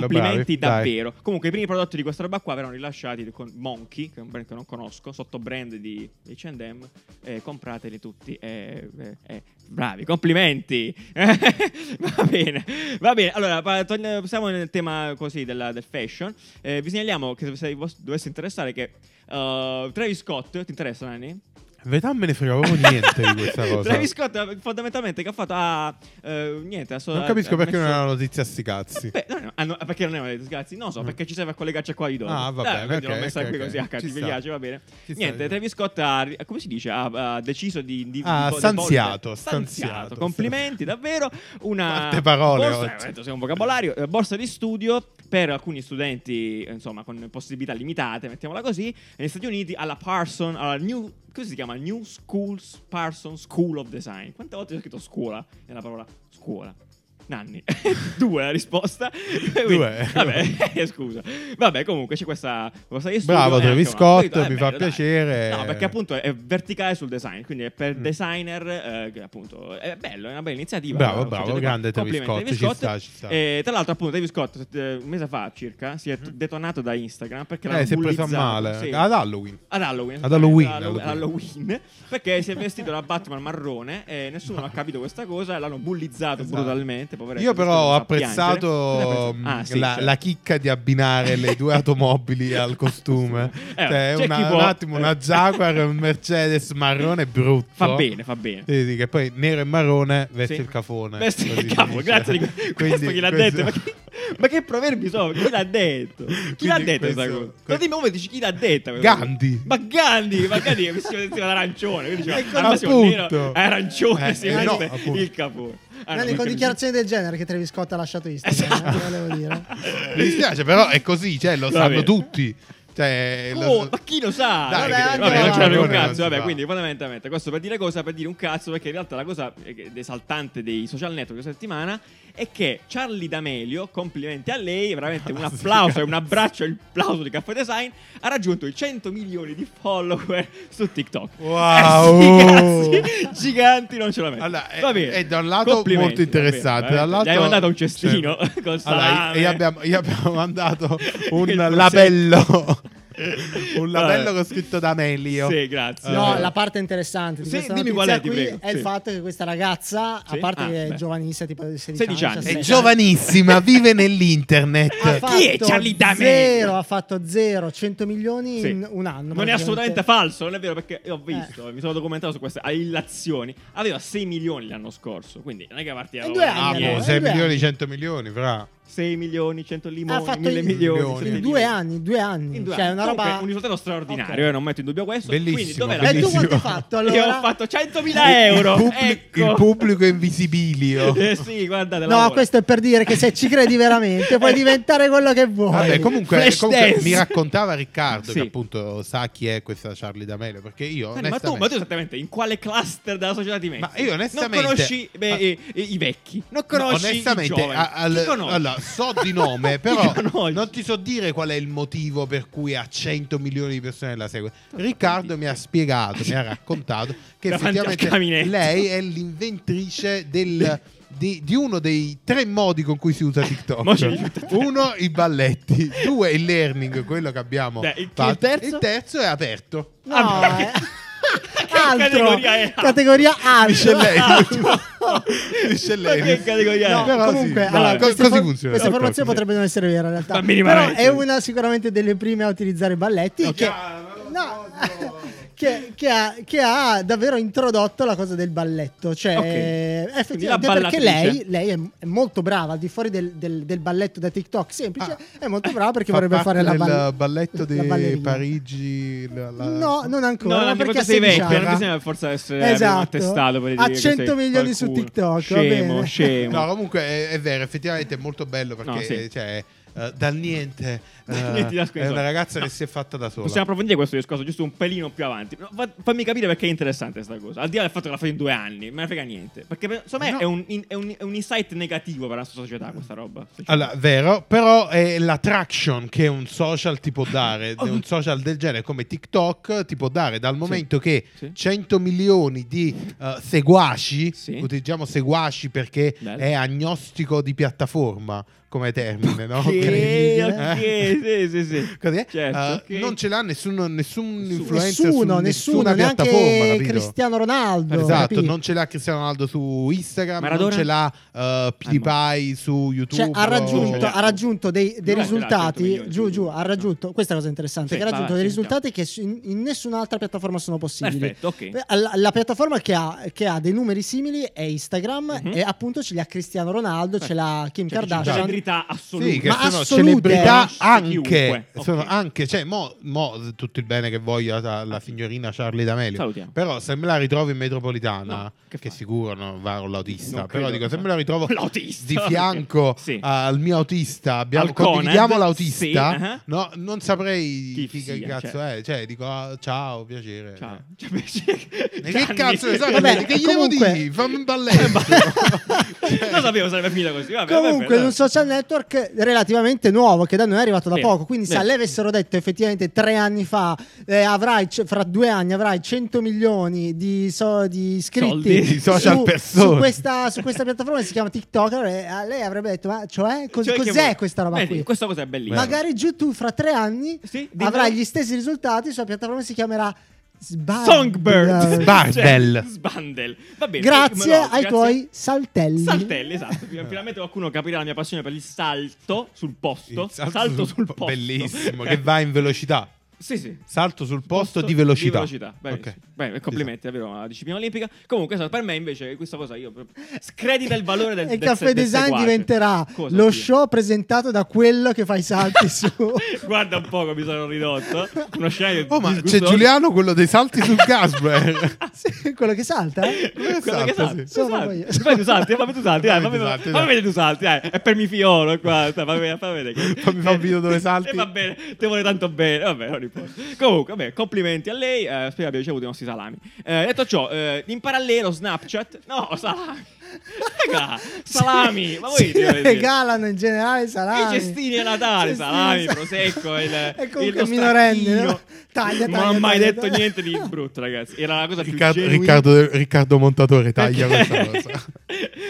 S1: bravi,
S2: complimenti
S1: dai.
S2: davvero. Comunque, i primi prodotti di questa roba qua verranno rilasciati con Monkey, che è un brand che non conosco, sotto brand di H&M. eh, comprateli tutti. eh, eh, eh, bravi, complimenti. va bene, va bene. Allora, pa- torn- siamo nel tema così della- del fashion. Eh, vi segnaliamo che se vi dovesse interessare che eh, Travis Scott, ti interessa Nani?
S1: In realtà me ne frega proprio niente di questa cosa.
S2: Travis Scott fondamentalmente che ha fatto ha, eh, niente, ha so-
S1: non capisco
S2: ha
S1: perché non
S2: messo-
S1: è una notizia a sti cazzi.
S2: Beh, no, no, ah, no, perché non è una disgrazia? Non so, perché ci serve a collegarci a qua di dopo.
S1: Mm. Ah, vabbè,
S2: Dai, quindi
S1: ok,
S2: l'ho messa
S1: ok,
S2: qui
S1: ok.
S2: così a cazzo,
S1: Ci
S2: mi
S1: sta.
S2: piace, va bene.
S1: Ci sta,
S2: Niente,
S1: ci
S2: Travis Scott ha, come si dice, ha, ha deciso di, di
S1: Ah,
S2: di- di-
S1: stanziato,
S2: di-
S1: stanziato.
S2: Complimenti, davvero. Una
S1: Quante parole
S2: borsa,
S1: oggi.
S2: eh, detto, sei un vocabolario, eh, borsa di studio per alcuni studenti, eh, insomma, con possibilità limitate, mettiamola così, negli Stati Uniti alla Parson, alla New come si chiama? New Schools Parson School of Design. Quante volte ho scritto scuola nella parola scuola? Nanni, due la risposta. Quindi,
S1: Due.
S2: Vabbè, scusa. Vabbè, comunque c'è questa borsa di studio.
S1: Bravo,
S2: e
S1: Travis
S2: anche una-
S1: Scott,
S2: Quindi,
S1: mi
S2: è
S1: fa
S2: bello, dai.
S1: piacere. Mm.
S2: No, perché appunto è verticale sul design, quindi è per designer, eh, che appunto è bello, è una bella iniziativa.
S1: Bravo,
S2: Eh,
S1: bravo,
S2: succede qua.
S1: grande Travis
S2: Complimenti,
S1: Scott,
S2: Travis
S1: ci sta, ci sta. Mm.
S2: Eh, tra l'altro appunto Travis Scott eh, un mese fa circa si è t- detonato da Instagram perché l'hanno
S1: Eh, si è presa
S2: bullizzato,
S1: male.
S2: sì.
S1: Ad Halloween.
S2: Ad Halloween.
S1: Ad Halloween,
S2: Ad Hallow-
S1: Halloween.
S2: Halloween, Perché si è vestito da Batman marrone e nessuno ha capito questa cosa e l'hanno bullizzato
S1: Esatto.
S2: brutalmente. poveretto,
S1: Io
S2: questo
S1: però ho
S2: lo fa piangere. Cosa hai
S1: apprezzato
S2: pensato? Ah,
S1: mh,
S2: sì,
S1: la,
S2: certo.
S1: la chicca di abbinare le due automobili al costume.
S2: Eh,
S1: Cioè,
S2: c'è
S1: una-
S2: chi può-
S1: un attimo, una Jaguar e un Mercedes marrone brutto.
S2: Fa bene, fa bene.
S1: Sì, sì, che poi nero e marrone veste
S2: Sì.
S1: il cafone.
S2: Veste il
S1: così si
S2: cavolo,
S1: dice.
S2: grazie di questo
S1: Quindi
S2: chi l'ha
S1: questo-
S2: detto? Ma che, ma che proverbi sono? Chi l'ha detto? Chi l'ha
S1: Quindi
S2: detto questa
S1: questo-
S2: cosa? Ma dimmi come dici chi l'ha detta? questa cosa?
S1: Gandhi.
S2: Ma Gandhi, ma Gandhi che vestiva vestiva d'arancione, quindi diceva,
S1: Ecco,
S2: al massimo
S1: appunto.
S2: nero, arancione,
S1: Eh,
S2: si
S1: eh,
S2: veste
S1: no, appunto.
S2: il capone. Ah, no, Esatto.
S3: Nani,
S2: ma
S3: con
S2: che-
S3: dichiarazioni del genere che Travis Scott ha lasciato Instagram, eh, ti volevo dire.
S1: Mi dispiace, però è così, cioè, lo
S2: Va
S1: sanno
S2: bene.
S1: tutti. Cioè, lo-
S2: Oh, ma chi lo sa?
S1: Dai,
S2: vabbè,
S1: che-
S2: vabbè,
S1: eh,
S2: non c'è
S1: ragione,
S2: un
S1: non si
S2: cazzo. Vabbè,
S1: fa.
S2: quindi fondamentalmente questo per dire cosa? Per dire un cazzo, perché in realtà la cosa eh, esaltante dei social network questa settimana è che Charlie D'Amelio, complimenti a lei, veramente un applauso e un abbraccio, il applauso di Caffè Design, ha raggiunto i 100 milioni di follower su TikTok.
S1: Wow.
S2: Eh, sti cazzi giganti, non ce la metto.
S1: Allora, è-
S2: Va bene.
S1: è da un lato
S2: Complimenti,
S1: molto interessante,
S2: va bene, va bene.
S1: dall'altro- cioè,
S2: Gli hai mandato un cestino con
S1: Allora,
S2: salame.
S1: gli abbiamo, gli abbiamo mandato un
S2: Il prosecco.
S1: labello. un labello
S2: Vabbè.
S1: con scritto da Melio.
S2: Sì, grazie.
S3: No,
S1: Eh.
S3: la parte interessante di
S2: Sì,
S3: questa
S2: dimmi
S3: notizia
S2: qual è, ti
S3: qui
S2: prego.
S3: è il
S2: Sì.
S3: fatto che questa ragazza,
S2: Sì?
S3: a parte
S2: Ah,
S3: che è
S2: beh.
S3: giovanissima, tipo di 16,
S2: 16 anni.
S1: È
S3: 17
S1: giovanissima, vive nell'internet.
S3: ha
S2: Cioè, Chi è
S3: fatto
S2: Charlie D'Amelio?
S3: Zero, ha fatto zero, 100 milioni
S2: Sì.
S3: in un anno. Eh.
S2: Non è assolutamente
S3: fatto
S2: falso, non è vero perché io ho visto, mi sono documentato su queste illazioni. Aveva 6 milioni l'anno scorso, quindi non è che partiva
S3: In
S2: da
S3: due
S2: una-
S1: Ah,
S3: anni,
S1: boh,
S3: allora,
S1: 6
S3: in due
S1: milioni,
S3: anni.
S1: 100 milioni, fra.
S2: 6 milioni, 100
S3: Ha
S2: limoni,
S3: fatto
S2: 1000
S3: in-
S2: milioni,
S1: in
S2: 7
S3: Due
S2: milioni.
S3: anni, due anni.
S2: In due
S3: cioè,
S2: anni.
S3: una roba.
S2: Comunque, un risultato straordinario,
S3: Ok.
S2: io non metto in dubbio questo. Quindi,
S1: Bellissimo,
S2: dov'è la-
S3: E tu
S1: bellissimo.
S3: quanto hai fatto allora?
S2: Io ho fatto 100.000
S3: Eh,
S2: euro.
S1: Il, pubblic-
S2: ecco.
S1: il pubblico è invisibilio.
S2: Eh sì, guardate
S3: No, questo è per dire che se ci credi veramente
S2: Eh.
S3: puoi diventare quello che vuoi.
S1: Vabbè, comunque,
S2: Flash
S1: comunque
S2: dance.
S1: mi raccontava Riccardo
S2: Sì.
S1: che appunto sa chi è questa Charlie D'Amelio. Perché io,
S2: Eh, ma tu,
S1: onestamente,
S2: ma tu esattamente in quale cluster della società ti metti?
S1: Ma io onestamente-
S2: Non conosci beh,
S1: ma-
S2: i, i- i vecchi, non
S1: No,
S2: conosci i
S1: onestamente,
S2: giovani.
S1: a- al-
S2: Chi conosci?
S1: allora, so di nome,
S2: Chi
S1: però
S2: conosci?
S1: non ti so dire qual è il motivo per cui a 100 milioni di persone la seguono. Riccardo mi ha spiegato, mi ha raccontato che
S2: Davanti al
S1: effettivamente
S2: caminetto.
S1: lei è l'inventrice del- Di, di uno dei tre modi con cui si usa
S2: Mo ci dici
S1: TikTok
S2: tutte.
S1: uno i balletti due il learning quello che abbiamo
S2: Beh, il-
S1: fatto
S2: il terzo?
S1: il terzo è aperto
S3: No,
S2: Ah,
S3: eh. altro.
S2: categoria è?
S3: Categoria altro.
S1: Miscelleneo.
S2: Ah, Ma che categoria è?
S3: No,
S1: Eh, Però
S3: comunque,
S1: sì,
S3: allora,
S1: dai.
S3: queste,
S1: Così
S3: for-
S1: funziona.
S3: queste
S1: Ok,
S3: informazioni
S1: ok.
S3: potrebbero non essere vere in realtà.
S2: Ma
S3: Però
S2: minimamente.
S3: è una sicuramente delle prime a utilizzare i balletti.
S1: Ah, No,
S3: che...
S1: chiaro,
S3: no, che, che ha, che ha davvero introdotto la cosa del balletto. Cioè,
S2: Ok.
S3: eh,
S2: Quindi
S3: effettivamente
S2: la
S3: perché lei,
S2: ballatrice.
S3: lei è, è molto brava, al di fuori del, del- del balletto da TikTok semplice,
S1: Ah.
S3: è molto brava perché
S1: Fa
S3: vorrebbe
S1: parte
S3: fare la
S1: del
S3: ball-
S1: balletto
S3: la
S1: di
S3: ballerina.
S1: Parigi. la- la-
S3: No, non
S2: No,
S3: ancora.
S2: no,
S3: perché
S2: perché
S3: ha
S2: sei
S3: 16
S2: vecchio,
S3: anni.
S2: non bisogna per forza essere
S3: Esatto.
S2: attestato per
S3: Ha
S2: dire che
S3: 100
S2: sei
S3: milioni su
S2: qualcuno.
S3: TikTok, va
S2: Scemo,
S3: bene.
S2: scemo.
S1: No, comunque è, è vero, effettivamente è molto bello perché
S2: No, sì.
S1: cioè, eh, dal niente, eh,
S2: Niente, da scusa.
S1: è una ragazza
S2: No.
S1: che si è fatta da sola.
S2: Possiamo approfondire questo discorso giusto un pelino più avanti. No, fa- fammi capire perché è interessante questa cosa. Al di là del fatto che l'ha fatto in due anni, me ne frega niente. Perché per- secondo me
S1: No.
S2: è, un, in- è un- è un insight negativo per la nostra società questa roba.
S1: Allora, vero, però è l'attraction che un social ti può dare, un social del genere come TikTok ti può dare dal momento che
S2: Oh. Sì.
S1: 100 milioni di eh, seguaci,
S2: Sì.
S1: utilizziamo seguaci perché
S2: Bello.
S1: è agnostico di piattaforma come termine, no?
S2: Che-
S1: Eh?
S2: ok, sì, sì, sì.
S1: Così, eh?
S2: Certo,
S1: Eh,
S2: ok.
S1: Non ce l'ha nessuno, nessun influencer
S3: Nessuno,
S1: su
S3: nessuno,
S1: nessuna piattaforma,
S3: neanche
S1: capito?
S3: Cristiano Ronaldo.
S1: Esatto,
S3: capito?
S1: non ce l'ha Cristiano Ronaldo su Instagram,
S2: Maradona?
S1: non ce l'ha eh, PewDiePie su YouTube.
S3: Cioè, ha raggiunto,
S1: cioè-
S3: ha raggiunto dei,
S2: Lui
S3: dei
S2: ha 100
S3: risultati.
S2: milioni,
S3: giù,
S2: quindi.
S3: giù, ha raggiunto. Questa è la cosa interessante:
S2: Sì,
S3: che ha raggiunto
S2: vai,
S3: dei
S2: sì,
S3: risultati che su- in, in nessun'altra piattaforma sono possibili.
S2: Perfetto, ok. Cioè,
S3: Beh, La, la piattaforma che ha, che ha dei numeri simili è Instagram,
S2: Mhm.
S3: e appunto ce li ha Cristiano Ronaldo, ce l'ha Kim
S2: Cioè, c'è
S3: Kardashian.
S2: celebrità assoluta.
S1: Sì, che
S3: Ma
S1: sono
S3: assolute.
S1: celebrità
S2: Conosce
S1: anche,
S2: chiunque.
S1: sono
S2: Ok.
S1: anche, cioè, mo, mo tutto il bene che voglia la, la signorina Charlie D'Amelio.
S2: Ah. Salutiamo.
S1: Però se me la ritrovo in metropolitana,
S2: No, che
S1: che,
S2: fai?
S1: sicuro non va con l'autista,
S2: Non
S1: però
S2: credo,
S1: dico, se
S2: no.
S1: me la ritrovo
S2: L'autista,
S1: di
S2: ok.
S1: fianco
S2: Sì.
S1: al mio autista, abbiamo,
S2: Al Conad,
S1: condividiamo l'autista,
S2: sì, ah.
S1: no, non saprei
S2: Chi
S1: chi, che
S2: sia,
S1: cazzo
S2: cioè.
S1: è, cioè dico ah, ciao, piacere.
S2: Ciao.
S1: Eh. Ma Che
S2: Cioè, perché- Gianni. Cioè,
S1: cazzo ne sai?
S3: Vabbè,
S1: che gli devo
S3: comunque-
S1: dire? Fammi un balletto.
S2: Lo sapevo sarebbe finita così. Vabbè,
S3: Comunque,
S2: vabbè,
S3: è un social network relativamente nuovo che da noi è arrivato da
S2: Vero,
S3: poco. Quindi, se
S2: vero.
S3: le avessero detto effettivamente tre anni fa, eh, avrai, c- fra due anni avrai 100 milioni di, so- di iscritti
S2: Soldi.
S1: Di social
S3: su,
S1: persone.
S3: su questa, su questa piattaforma che si chiama TikTok. allora, eh, a lei avrebbe detto, ma cioè, cos-
S2: Cioè, che
S3: cos'è
S2: vuoi?
S3: questa roba
S2: Vedi,
S3: qui?
S2: Questa cosa è bellissima.
S3: Magari giù tu fra tre anni
S2: Sì, dimmi-
S3: avrai gli stessi risultati sulla piattaforma che si chiamerà Sbar-
S2: Songbird.
S1: Sbandel.
S2: Cioè, Sbandel. Va bene.
S3: Grazie
S2: eh, ma no,
S3: ai
S2: grazie-
S3: tuoi saltelli.
S2: Saltelli, esatto. Fin- Finalmente qualcuno capirà la mia passione per il salto sul posto.
S1: Il salto sul
S2: sul
S1: po-
S2: posto.
S1: Bellissimo,
S2: Eh,
S1: che va in velocità.
S2: Sì, sì.
S1: Salto sul posto, di velocità.
S2: Bene,
S1: Ok. Esatto.
S2: Bene, complimenti davvero alla disciplina olimpica. Comunque, esatto, per me invece questa cosa io proprio- scredita il valore del
S3: E il
S2: del-
S3: caffè
S2: del
S3: design
S2: seguace.
S3: diventerà
S2: Cosa,
S3: lo
S2: oddio?
S3: show presentato da quello che fa i salti su.
S2: Guarda un po' come mi sono ridotto. Uno scena
S1: Oh, ma c'è Giuliano, quello dei salti sul Gasper.
S3: Sì, quello che salta? eh?
S2: Quello
S1: Salta,
S2: che salta, Esatto.
S1: sì.
S2: tu
S3: Sono
S2: salti.
S3: io.
S2: Fai tu salti, eh, fammi tu salti, dai,
S1: Fammi
S2: fammi,
S1: tu salti,
S2: fammi
S1: dai.
S2: vedere tu salti, dai. È per mi fiolo qua, dai, fammi, fammi vedere. che-
S1: Fammi fare un video dove salti.
S2: Eh, va bene, ti vuole tanto bene, vabbè, non importa. Comunque, vabbè, complimenti a lei, eh, spero abbia ricevuto i nostri salami. Eh, detto ciò, eh, in parallelo Snapchat, no, salami. Raga, salami, ma voi
S3: Si
S2: che dovete dire?
S3: regalano in generale i salami.
S2: I cestini a Natale,
S3: Cestini,
S2: salami,
S3: sa-
S2: prosecco, il,
S3: E
S2: il
S3: comunque
S2: lo
S3: minorenne. no?
S2: stracchino.
S3: Taglia, taglia,
S2: Non ho mai
S3: taglia,
S2: detto
S3: taglia.
S2: niente di brutto, ragazzi. Era la cosa più
S1: Riccardo,
S2: genuina.
S1: Riccardo- Riccardo Montatore taglia
S2: Perché-
S1: questa cosa.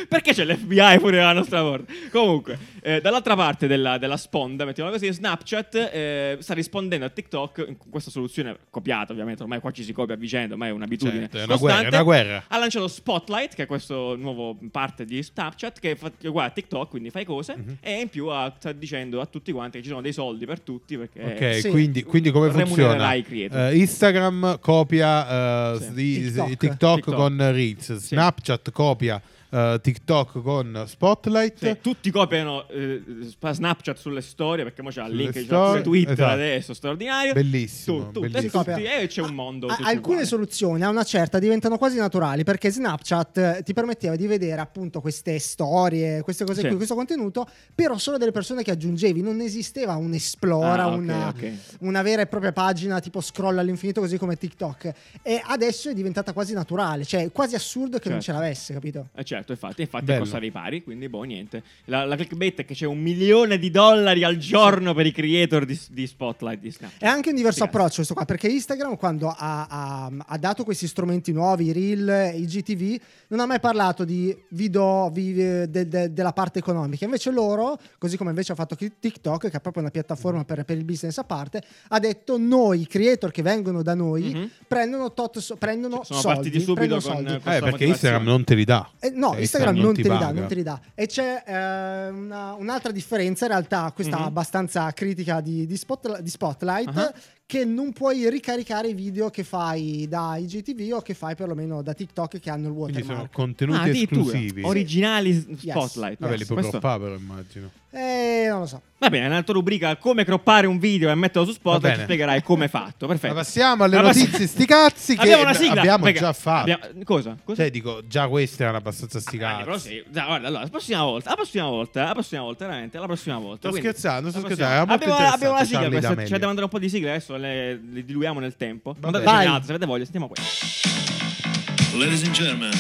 S2: Perché c'è l'FBI pure alla nostra porta? Comunque, eh, dall'altra parte della, della sponda, mettiamola così, Snapchat eh, sta rispondendo a TikTok in- con questa soluzione copiata, ovviamente, ormai qua ci si copia a vicenda, ormai è un'abitudine.
S1: Certo, è una guerra,
S2: costante.
S1: è una guerra.
S2: Ha lanciato Spotlight, che è questo nuovo parte di Snapchat, che fa che è uguale a TikTok, quindi fai cose,
S1: Mhm.
S2: e in più ha- sta dicendo a tutti quanti che ci sono dei soldi per tutti, perché...
S1: Ok,
S3: sì.
S1: quindi, quindi come funziona?
S2: Remunererai Eh, i creator.
S1: Eh, Instagram copia eh,
S2: Sì.
S1: di- di-
S3: TikTok.
S1: TikTok.
S2: TikTok.
S1: con Reels, Snapchat copia eh, TikTok con Spotlight.
S2: Sì, tutti copiano eh, spa- Snapchat sulle storie perché mo c'è il
S1: Sulle
S2: link
S1: storie,
S2: su Twitter
S1: esatto.
S2: adesso straordinario
S1: Bellissimo,
S2: Tu- tu-
S1: bellissimo.
S2: tutti- e c'è un mondo
S3: A-
S2: tutto
S3: alcune
S2: uguale.
S3: soluzioni a una certa diventano quasi naturali perché Snapchat eh, ti permetteva di vedere appunto queste storie, queste cose
S2: Sì.
S3: qui, questo contenuto, però solo delle persone che aggiungevi. Non esisteva un esplora,
S2: Ah, ok,
S3: una,
S2: ok.
S3: una vera e propria pagina tipo scroll all'infinito, così come TikTok. E adesso è diventata quasi naturale, cioè è quasi assurdo che non
S2: Certo.
S3: ce l'avesse, capito?
S2: Eh, certo, infatti, infatti
S1: Bello.
S2: costa i pari, quindi boh, niente. La, la clickbait è che c'è un milione di dollari al giorno per i creator di, di Spotlight di Snapchat.
S3: È anche un diverso
S2: Sì,
S3: approccio questo qua, perché Instagram quando ha, ha- ha dato questi strumenti nuovi, i Reel, i GTV, non ha mai parlato di vi do- vi- eh, de- de- della parte economica. Invece loro, così come invece ha fatto chi- TikTok, che è proprio una piattaforma per, per il business a parte, ha detto noi, i creator che vengono da noi,
S2: Mhm.
S3: prendono, tot so- prendono
S2: Sono
S3: soldi.
S2: partiti subito
S3: prendono
S2: con-
S3: soldi.
S2: con-
S1: Eh,
S2: questa
S1: perché
S2: motivazione.
S1: Instagram non te li dà.
S3: Eh, no, No,
S2: Cioè,
S1: Eh,
S3: Instagram non te, li dà,
S1: paga.
S3: non te li dà. E c'è eh, una- un'altra differenza, in realtà, questa
S2: Mhm.
S3: abbastanza critica di, di Spotl- di Spotlight,
S2: Ah.
S3: che non puoi ricaricare i video che fai da IGTV o che fai perlomeno da TikTok che hanno il
S1: Quindi sono
S3: watermark.
S1: contenuti
S2: Ah, addirittura.
S1: esclusivi.
S2: Originali s- spotlight.
S1: Vabbè, li puoi
S2: Questo-
S1: droppare, però immagino.
S3: Eh, non lo so.
S2: Va bene, un'altra rubrica come croppare un video e metterlo su
S1: Va
S2: spotlight
S1: bene.
S2: ci spiegherai come è fatto. Perfetto.
S1: Ma passiamo alle
S2: Ma passi-
S1: notizie, sti cazzi, che
S2: abbiamo una sigla.
S1: abbiamo
S2: Venga,
S1: già fatto.
S2: abbiamo- Cosa? Cosa?
S1: Cioè, dico, già questa era abbastanza sti
S2: Ah, però
S1: cazzi.
S2: sì. Dai, guarda, allora, la prossima volta, la prossima volta, la prossima volta, veramente, la prossima volta.
S1: Sto
S2: Quindi,
S1: scherzando, sto
S2: la prossima-
S1: scherzando, era molto
S2: Abbiamo, abbiamo la
S1: interessante,
S2: sigla,
S1: Charlie
S2: questa,
S1: D'Amelio.
S2: ci devo mandare un po' di sigle adesso, le, le diluiamo nel tempo.
S1: Va bene.
S2: Mandate ce n'è
S3: Vai.
S2: altre, se avete voglia, sentiamo questa.
S10: Ladies and gentlemen,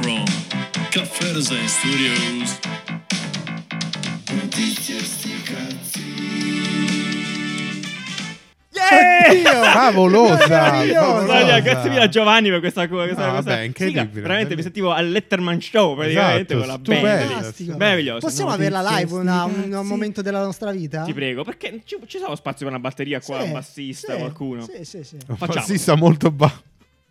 S10: from Caffè Design Studios.
S1: Oddio, favolosa!
S3: Meravigliosa.
S1: favolosa.
S2: Guarda, Grazie mille a Giovanni per questa cosa.
S1: Oh, Ah,
S2: questa
S1: vabbè, incredibile,
S2: sigla. veramente
S1: incredibile.
S2: mi sentivo al Letterman Show praticamente
S1: Esatto,
S2: con la
S1: stupendo.
S2: band.
S1: Bello.
S3: Fantastico.
S2: Meraviglioso.
S3: Possiamo
S2: Notizie,
S3: averla live
S2: sti
S3: una-
S2: cazzi.
S3: un momento della nostra vita?
S2: Ti prego, perché ci, ci sarà spazio per una batteria qua,
S3: Ah. Sì,
S2: un bassista,
S3: sì,
S2: qualcuno.
S3: Sì, sì, sì.
S1: Un
S2: Facciamo.
S1: fascista molto basso.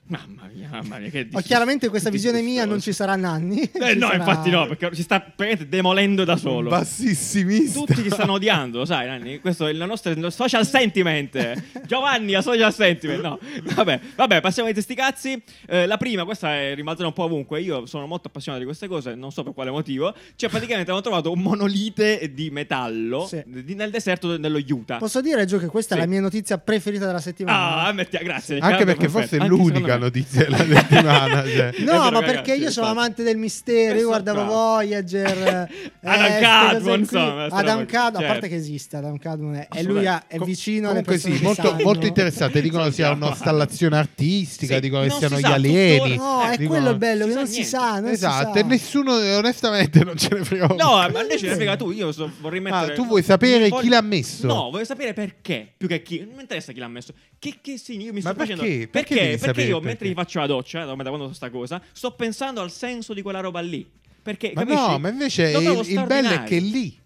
S2: Mamma mia, mamma mia, che
S3: Oh,
S2: dis-
S3: chiaramente questa visione mia non ci
S2: disgustoso.
S3: sarà Nanni.
S2: Eh,
S3: Ci
S2: no,
S3: sarà-
S2: infatti no, perché si sta praticamente demolendo da solo.
S1: Bassissimista.
S2: Tutti ti stanno odiando, sai, Nanni? Questo è il nostro il nostro social sentiment. Giovanni ha social sentiment. No, vabbè, vabbè passiamo ai testi cazzi. Eh, la prima, questa è rimbalzata un po' ovunque. Io sono molto appassionato di queste cose, non so per quale motivo. Cioè, praticamente hanno trovato un monolite di metallo
S3: Sì.
S2: di- nel deserto de- dello Utah.
S3: Posso dire, Gio, che questa è
S2: Sì.
S3: la mia notizia preferita della settimana?
S2: Ah, metti- grazie.
S1: Anche perché
S2: Riccardo, perfetto.
S1: forse è
S2: Anche secondo
S1: l'unica
S2: me.
S1: notizia della settimana. cioè.
S2: È
S3: No,
S2: vero,
S3: ma
S2: ragazzi,
S3: perché io sono
S2: infatti.
S3: amante del mistero, io
S2: Questo-
S3: guardavo
S2: bravo.
S3: Voyager, eh,
S2: Adam
S3: ste
S2: Cadman,
S3: cose qui.
S2: insomma, sta roba
S3: Adam
S2: qui,
S3: Cadman, a
S2: certo.
S3: parte che esiste Adam Cadman, è- e lui
S2: Assolutamente.
S3: ha- è
S1: Com-
S3: vicino alle
S1: Comunque
S3: persone
S1: sì,
S3: che
S1: molto,
S3: sanno.
S1: molto interessante. Dicono che sia
S2: Sentiamo.
S1: una installazione artistica,
S2: Sì,
S1: dicono che
S2: non
S1: siano
S2: si
S1: gli
S2: sa,
S1: alieni.
S2: tuttora-
S3: No, è
S1: Dicono-
S3: quello il bello,
S2: si
S3: che
S2: sa
S3: non si
S2: niente.
S3: sa, non si
S1: Esatto,
S3: sa.
S1: e nessuno onestamente non ce ne frega un
S2: No, ma invece ne frega tu, io so- vorrei mettere...
S1: Ah, tu vuoi sapere
S2: Voglio-
S1: chi l'ha messo?
S2: No, voglio sapere perché, più che chi... Non mi interessa chi l'ha messo. Che, che significa? Io mi
S1: Ma
S2: sto
S1: perché?
S2: facendo...
S1: Perché devi sapere
S2: io,
S1: perché?
S2: mentre mi faccio la doccia, eh, da da quando so sta cosa, sto pensando al senso di quella roba lì. Perché,
S1: Ma
S2: capisci?
S1: no, ma invece
S2: Lo trovo
S1: il, il bello è
S2: straordinario.
S1: che è lì.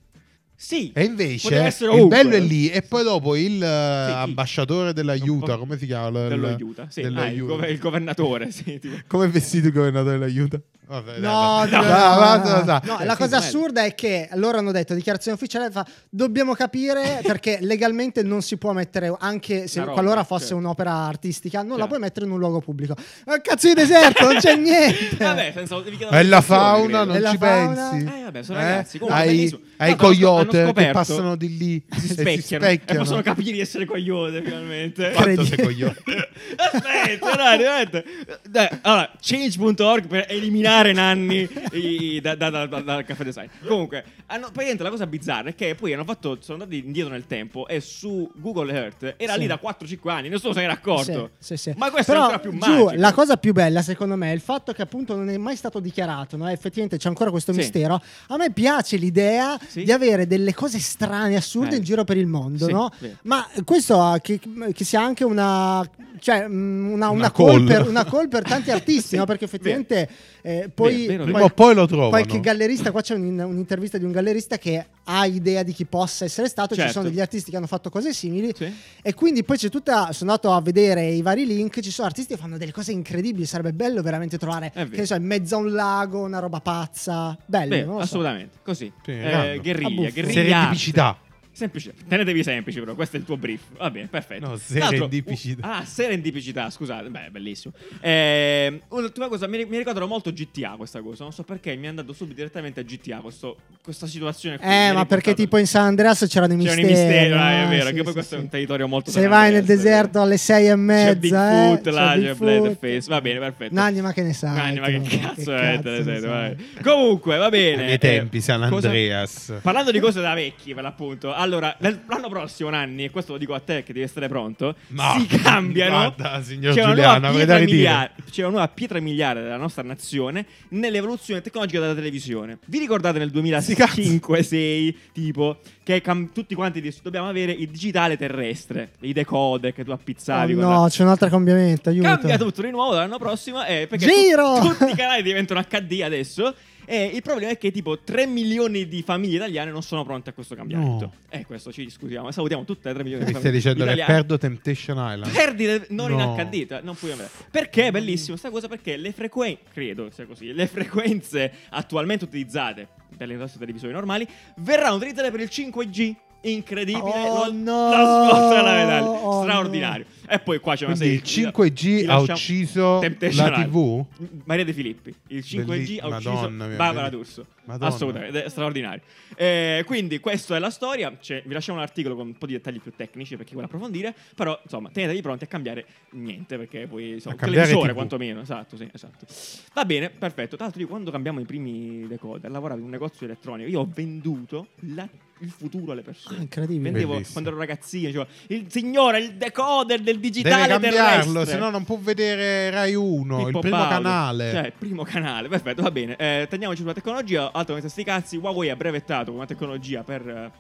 S2: Sì.
S1: E invece
S2: Poteva essere
S1: il
S2: ovunque.
S1: bello è lì. E poi dopo il eh,
S2: Sì, chi?
S1: ambasciatore dell'aiuto,
S2: po-
S1: come si chiama? L-
S2: Dello
S1: l-
S2: aiuta, sì.
S1: dello
S2: Ah, il,
S1: aiuta.
S2: gov- il governatore, sì. Tipo.
S1: Come è vestito il governatore dell'aiuto? Vabbè, dai,
S3: No,
S1: va.
S3: no, no,
S1: Va, va,
S3: no,
S1: va, va.
S3: no,
S2: Eh,
S3: la
S2: sì,
S3: cosa
S2: bello.
S3: assurda è che loro hanno detto dichiarazione ufficiale fa, dobbiamo capire perché legalmente non si può mettere anche se
S2: Una roba,
S3: qualora fosse
S2: certo.
S3: un'opera artistica non la
S2: Certo.
S3: puoi mettere in un luogo pubblico. Ma cazzo di deserto, non c'è niente.
S2: Vabbè, senza... devi chiedere
S1: È la
S2: autorizzazione,
S1: fauna,
S2: credo.
S1: non
S3: È la
S1: ci
S3: fauna.
S1: pensi.
S2: Eh, vabbè, sono ragazzi, comunque,
S1: Ai,
S2: bellissimo.
S1: ai
S2: Tra l'altro, hanno
S1: coyote che
S2: scoperto-
S1: passano di lì
S2: si
S1: e Eh, si
S2: specchiano, Eh, e,
S1: specchiano.
S2: possono capire di essere coglione finalmente.
S1: Quanto
S3: Credi-
S1: sei coglione?
S2: Aspetta, dai, veramente. Dai, allora, change.org per eliminare Nanni i- da- da- da- da- dal caffè design. Comunque, hanno, praticamente la cosa bizzarra è che poi hanno fatto, sono andati indietro nel tempo e su Google Earth era
S3: Sì.
S2: lì da 4-5 anni, nessuno se n'era accorto.
S3: Sì, sì, sì.
S2: Ma questo
S3: Però,
S2: è ancora più
S3: giù,
S2: magico.
S3: la cosa più bella, secondo me, è il fatto che appunto non è mai stato dichiarato. no? Effettivamente c'è ancora questo
S2: Sì.
S3: mistero. A me piace l'idea
S2: Sì.
S3: di avere delle cose strane, assurde
S2: Eh.
S3: in giro per il mondo,
S2: Sì,
S3: no?
S2: vero.
S3: Ma questo ha- che, che sia anche una. Cioè, mm, una, una
S1: call.
S3: call per, una call per tanti artisti,
S2: Sì,
S3: no? perché
S2: vero.
S3: effettivamente eh, poi,
S2: Vero, vero,
S1: Prima o poi lo trovano.
S3: qualche gallerista, qua c'è un- un'intervista di un gallerista che ha idea di chi possa essere stato, ci
S2: Certo.
S3: sono degli artisti che hanno fatto cose simili,
S2: Sì.
S3: e quindi poi c'è tutta. Sono andato a vedere i vari link. Ci sono artisti che fanno delle cose incredibili. Sarebbe bello veramente trovare,
S2: È vero.
S3: che ne so, in mezzo a un lago, una roba pazza. Bello,
S2: Beh,
S3: non lo so.
S2: assolutamente, così.
S1: Sì,
S2: eh,
S1: grande.
S3: A
S2: guerriglia,
S3: buffo.
S2: guerriglia.
S1: Serendipicità.
S2: Semplice. Tenetevi semplici, però. Questo è il tuo brief. Va bene, perfetto.
S1: No,
S2: Tra l'altro,
S1: serendipicità.
S2: u- ah, serendipicità, scusate. Beh, bellissimo. Ehm, un'ultima cosa, mi, ri- mi ricordano molto GTA questa cosa. Non so perché mi è andato subito direttamente a GTA questo- questa situazione. qui. Mi
S3: Eh,
S2: ha
S3: ma perché
S2: riportato-
S3: tipo in San Andreas c'erano i
S2: C'erano
S3: misteri?
S2: i misteri, ah, è
S3: eh,
S2: vero.
S3: sì,
S2: che poi
S3: sì,
S2: questo è
S3: sì.
S2: un territorio molto.
S3: Se vai nel
S2: San Andreas,
S3: deserto alle sei e
S2: C'è
S3: mezza, eh,
S2: Bigfoot là, c'è Blackface. Va bene, perfetto.
S3: Nanni, ma che ne sai?
S2: Nanni, ma che
S3: tu?
S2: cazzo
S3: Che
S2: è?
S3: cazzo
S2: Te-
S3: ne
S2: te-
S3: sai?
S2: vai. Comunque, va bene.
S1: Ai miei tempi, San
S2: Eh, cosa-
S1: Andreas.
S2: Parlando di cose da vecchi, per l'appunto. Allora, nel- l'anno prossimo, Nanni, e questo lo dico a te che devi essere pronto,
S1: No.
S2: si cambiano.
S1: Guarda, signor
S2: c'è,
S1: Giuliano,
S2: una
S1: avrei da
S2: nuova pietra
S1: ridire.
S2: miliare- c'è una nuova pietra miliare della nostra nazione nell'evoluzione tecnologica della televisione. Vi ricordate nel 2005-6, tipo, che cam- tutti quanti dis- dobbiamo avere il digitale terrestre, i decode che tu appizzavi
S3: Oh,
S2: con la-
S3: no, c'è un altro cambiamento. Aiuto.
S2: Cambia tutto di nuovo l'anno prossimo eh, perché
S3: Giro!
S2: tu- tutti i canali diventano HD adesso E il problema è che tipo 3 milioni di famiglie italiane non sono pronte a questo cambiamento.
S1: No.
S2: E questo ci discutiamo. E Salutiamo tutte le 3 milioni di
S1: Mi
S2: famiglie
S1: stai dicendo che
S2: italiane.
S1: perdo Temptation Island?
S2: Perdite non
S1: No.
S2: in HD, cioè, non puoi avere. Perché è bellissimo sta cosa? Perché le frequenze, credo sia così, le frequenze attualmente utilizzate dalle nostre televisioni normali verranno utilizzate per il 5G. Incredibile,
S3: Oh,
S2: lo-
S3: no!
S2: la scossa alla medaglia,
S3: Oh, no.
S2: straordinario. E poi qua c'è una
S1: Quindi il
S2: serie-
S1: 5G
S2: ti
S1: ha
S2: lasciamo-
S1: ucciso
S2: Temptation
S1: la
S2: Island.
S1: TV?
S2: Maria De Filippi. Il 5G ha
S1: Belli-
S2: ucciso
S1: Madonna mia,
S2: Barbara
S1: belli-
S2: D'Urso.
S1: Madonna.
S2: Assolutamente, è straordinario. Eh, quindi questa è la storia. C'è- vi lasciamo un articolo con un po' di dettagli più tecnici per chi vuole approfondire. Però, insomma, tenetevi pronti a cambiare niente, perché poi insomma,
S1: A
S2: un
S1: cambiare
S2: televisore
S1: TV.
S2: quantomeno. Esatto, sì, esatto. Va bene, perfetto. Tra l'altro, io quando cambiamo i primi decoder, lavoravo in un negozio elettronico, io ho venduto la- il futuro alle persone.
S3: Ah, incredibile.
S2: Vendevo
S1: Bellissimo.
S2: quando ero ragazzino, dicevo, il signore, il decoder del
S1: Deve
S2: digitale
S1: cambiarlo,
S2: terrestre.
S1: se no non può vedere Rai 1, il
S2: Pippo
S1: primo
S2: Baudo.
S1: canale.
S2: Cioè, il primo canale, perfetto, va bene. Eh, teniamoci sulla tecnologia, altro che sti cazzi, Huawei ha brevettato come tecnologia per eh,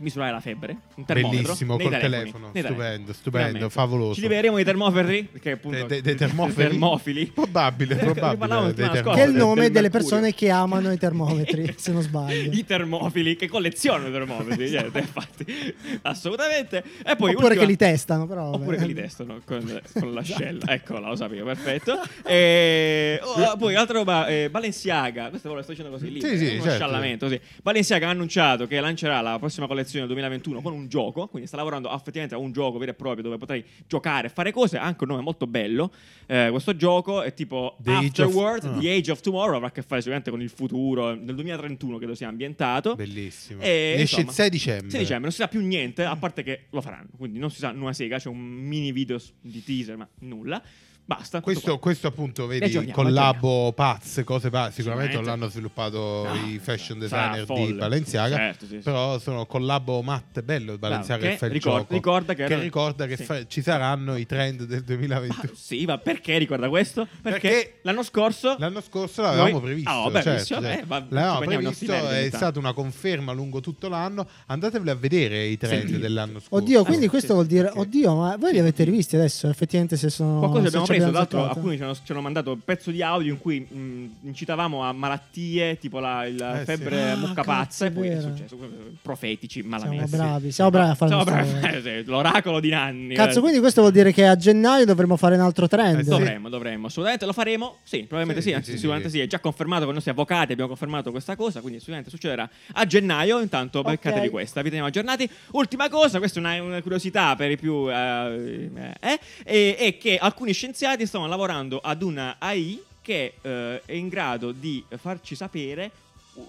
S2: misurare la febbre, un termometro.
S1: Bellissimo,
S2: nei
S1: col
S2: telefoni,
S1: telefono.
S2: nei
S1: Stupendo,
S2: telefoni.
S1: stupendo,
S2: Veramente.
S1: favoloso.
S2: Ci libereremo dei termoferi, perché appunto...
S1: De- de- dei termofili?
S2: termofili.
S1: Probabile,
S2: Ne
S1: probabile,
S2: parlavamo
S1: dei
S2: settimana
S1: termofili.
S3: Che è il
S2: scorsa,
S3: nome
S2: del
S3: delle
S2: mercurio.
S3: persone che amano i termometri, se non sbaglio.
S2: I termofili, che collezionano i termometri,
S3: Esatto.
S2: eh, infatti. Assolutamente. E poi
S3: Oppure
S2: ultima-
S3: che li testano, però. vabbè.
S2: Oppure che li testano con, con
S1: Esatto.
S2: l'ascella. Eccola, lo sapevo, perfetto. E, oh, poi altra roba, eh, Balenciaga, questo ve lo sto dicendo così lì,
S1: Sì,
S2: eh,
S1: sì,
S2: uno
S1: certo.
S2: sciallamento, sì. Balenciaga ha annunciato che lancerà la prossima collezione del 2021 con un gioco, quindi sta lavorando effettivamente a un gioco vero e proprio dove potrai giocare, fare cose, ha anche un nome molto bello. Eh, questo gioco è tipo
S1: The Age of-
S2: Afterward,
S1: ah.
S2: The Age of Tomorrow, avrà a che fare sicuramente con il futuro, nel 2031 credo sia ambientato.
S1: Bellissimo.
S2: E,
S1: Esce
S2: Eh, insomma,
S1: il 6 dicembre.
S2: 6 dicembre, non si sa più niente, a parte che lo faranno. Quindi non si sa una sega, c'è un mini video s- di teaser, ma nulla. Basta. tutto
S1: Questo,
S2: qua.
S1: questo appunto, vedi,
S2: aggiorniamo,
S1: collabo pazze, cose pazze. Sicuramente non
S2: Sicuramente.
S1: l'hanno sviluppato
S2: No, cioè,
S1: i fashion
S2: sarà
S1: designer di
S2: folle.
S1: Balenciaga.
S2: Certo, sì, sì.
S1: Però sono collabo matte, bello il Balenciaga
S2: Bravo,
S1: che fa il
S2: che ricor-
S1: gioco.
S2: ricorda che era-
S1: ricorda che
S2: sì.
S1: fa- ci saranno i trend del
S2: Ma
S1: 2021.
S2: sì, ma perché ricorda questo? Perché,
S1: Perché
S2: l'anno scorso.
S1: L'anno scorso l'avevamo
S2: Noi-
S1: previsto,
S2: Ah, vabbè,
S1: certo,
S2: sì,
S1: certo.
S2: vabbè, va- ci
S1: L'avevamo
S2: prendiamo i nostri
S1: previsto,
S2: meriti
S1: è
S2: ogni tanto.
S1: stata una conferma lungo tutto l'anno. Andateveli a vedere i trend
S2: Sentite.
S1: dell'anno scorso.
S3: Oddio, quindi
S2: sì,
S3: questo
S2: Boh, eh, sì,
S3: vuol dire,
S2: sì.
S3: oddio, ma voi li avete rivisti adesso? Effettivamente, se sono.
S2: Qualcosa
S3: se
S2: abbiamo
S3: ci
S2: preso, tra l'altro
S3: giocato.
S2: alcuni ci hanno, ci hanno mandato un pezzo di audio in cui mh, incitavamo a malattie tipo la il
S1: Eh,
S2: febbre
S3: sì.
S2: mucca
S3: Ah,
S2: pazza e
S3: cazzo,
S2: poi
S3: è
S2: è
S3: vero.
S2: successo profetici
S3: Siamo
S2: malamente.
S3: bravi, siamo bravi a fare
S2: Siamo
S3: queste
S2: bravi,
S3: cose.
S2: eh, sì, l'oracolo di Nanni.
S3: Cazzo,
S2: eh.
S3: quindi questo vuol dire che a gennaio dovremmo fare un altro trend.
S1: Eh, sì.
S2: Dovremmo, dovremmo, assolutamente lo faremo. Sì, probabilmente
S1: Sì,
S2: sì,
S1: sì,
S2: anzi,
S1: sì,
S2: sicuramente
S1: sì.
S2: sì. È già confermato con i nostri avvocati. Abbiamo confermato questa cosa. Quindi, sicuramente succederà a gennaio. Intanto,
S3: Ok.
S2: beccatevi questa, vi teniamo aggiornati. Ultima cosa, questa è una, una curiosità per i più, eh, eh, eh, è che alcuni scienziati stanno lavorando ad una AI che eh, è in grado di farci sapere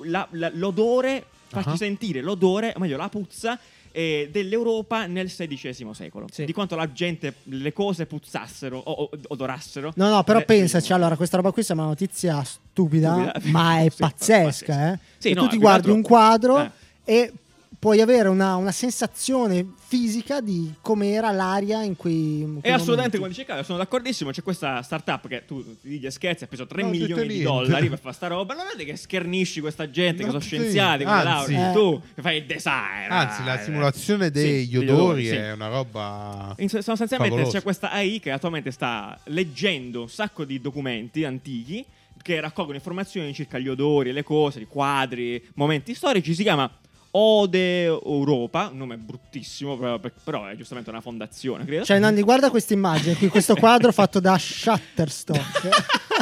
S2: la- la- l'odore, farci
S1: Ah.
S2: sentire l'odore, o meglio, la puzza. eh, dell'Europa nel XVI secolo
S3: Sì.
S2: di quanto la gente le cose puzzassero o, o- odorassero
S3: No, no, però
S2: eh,
S3: pensaci,
S2: sì.
S3: allora questa roba qui sembra una notizia stupida,
S2: Stupida.
S3: ma è
S2: Sì,
S3: pazzesca,
S2: pazzesca.
S3: eh.
S2: Sì,
S3: Cioè,
S2: no,
S3: tu
S2: più
S3: ti
S2: che
S3: guardi
S2: altro-
S3: un quadro
S2: eh.
S3: e puoi avere una, una sensazione fisica di com'era l'aria in cui... in
S2: È
S3: quei
S2: assolutamente come
S3: momenti.
S2: dice Carlo, sono d'accordissimo. C'è questa startup che tu ti dici scherzi, ha preso 3
S1: No,
S2: milioni
S1: tutto
S2: di
S1: niente.
S2: dollari per fare sta roba. Non è che schernisci questa gente
S1: No,
S2: che sono
S1: sì.
S2: scienziati, con le
S1: Anzi.
S2: lauree,
S3: Eh.
S2: tu che fai il design.
S1: Anzi, la
S2: eh.
S1: simulazione degli
S2: Sì, degli
S1: odori
S2: sì.
S1: è una roba.
S2: In- sostanzialmente cioè,
S1: favolosa.
S2: c'è questa AI che attualmente sta leggendo un sacco di documenti antichi che raccolgono informazioni circa gli odori, le cose, i quadri, momenti storici. Si chiama Ode Europa, un nome bruttissimo, però, però è giustamente una fondazione, credo.
S3: Cioè, Nanni, guarda questa immagine qui, questo quadro fatto da Shutterstock.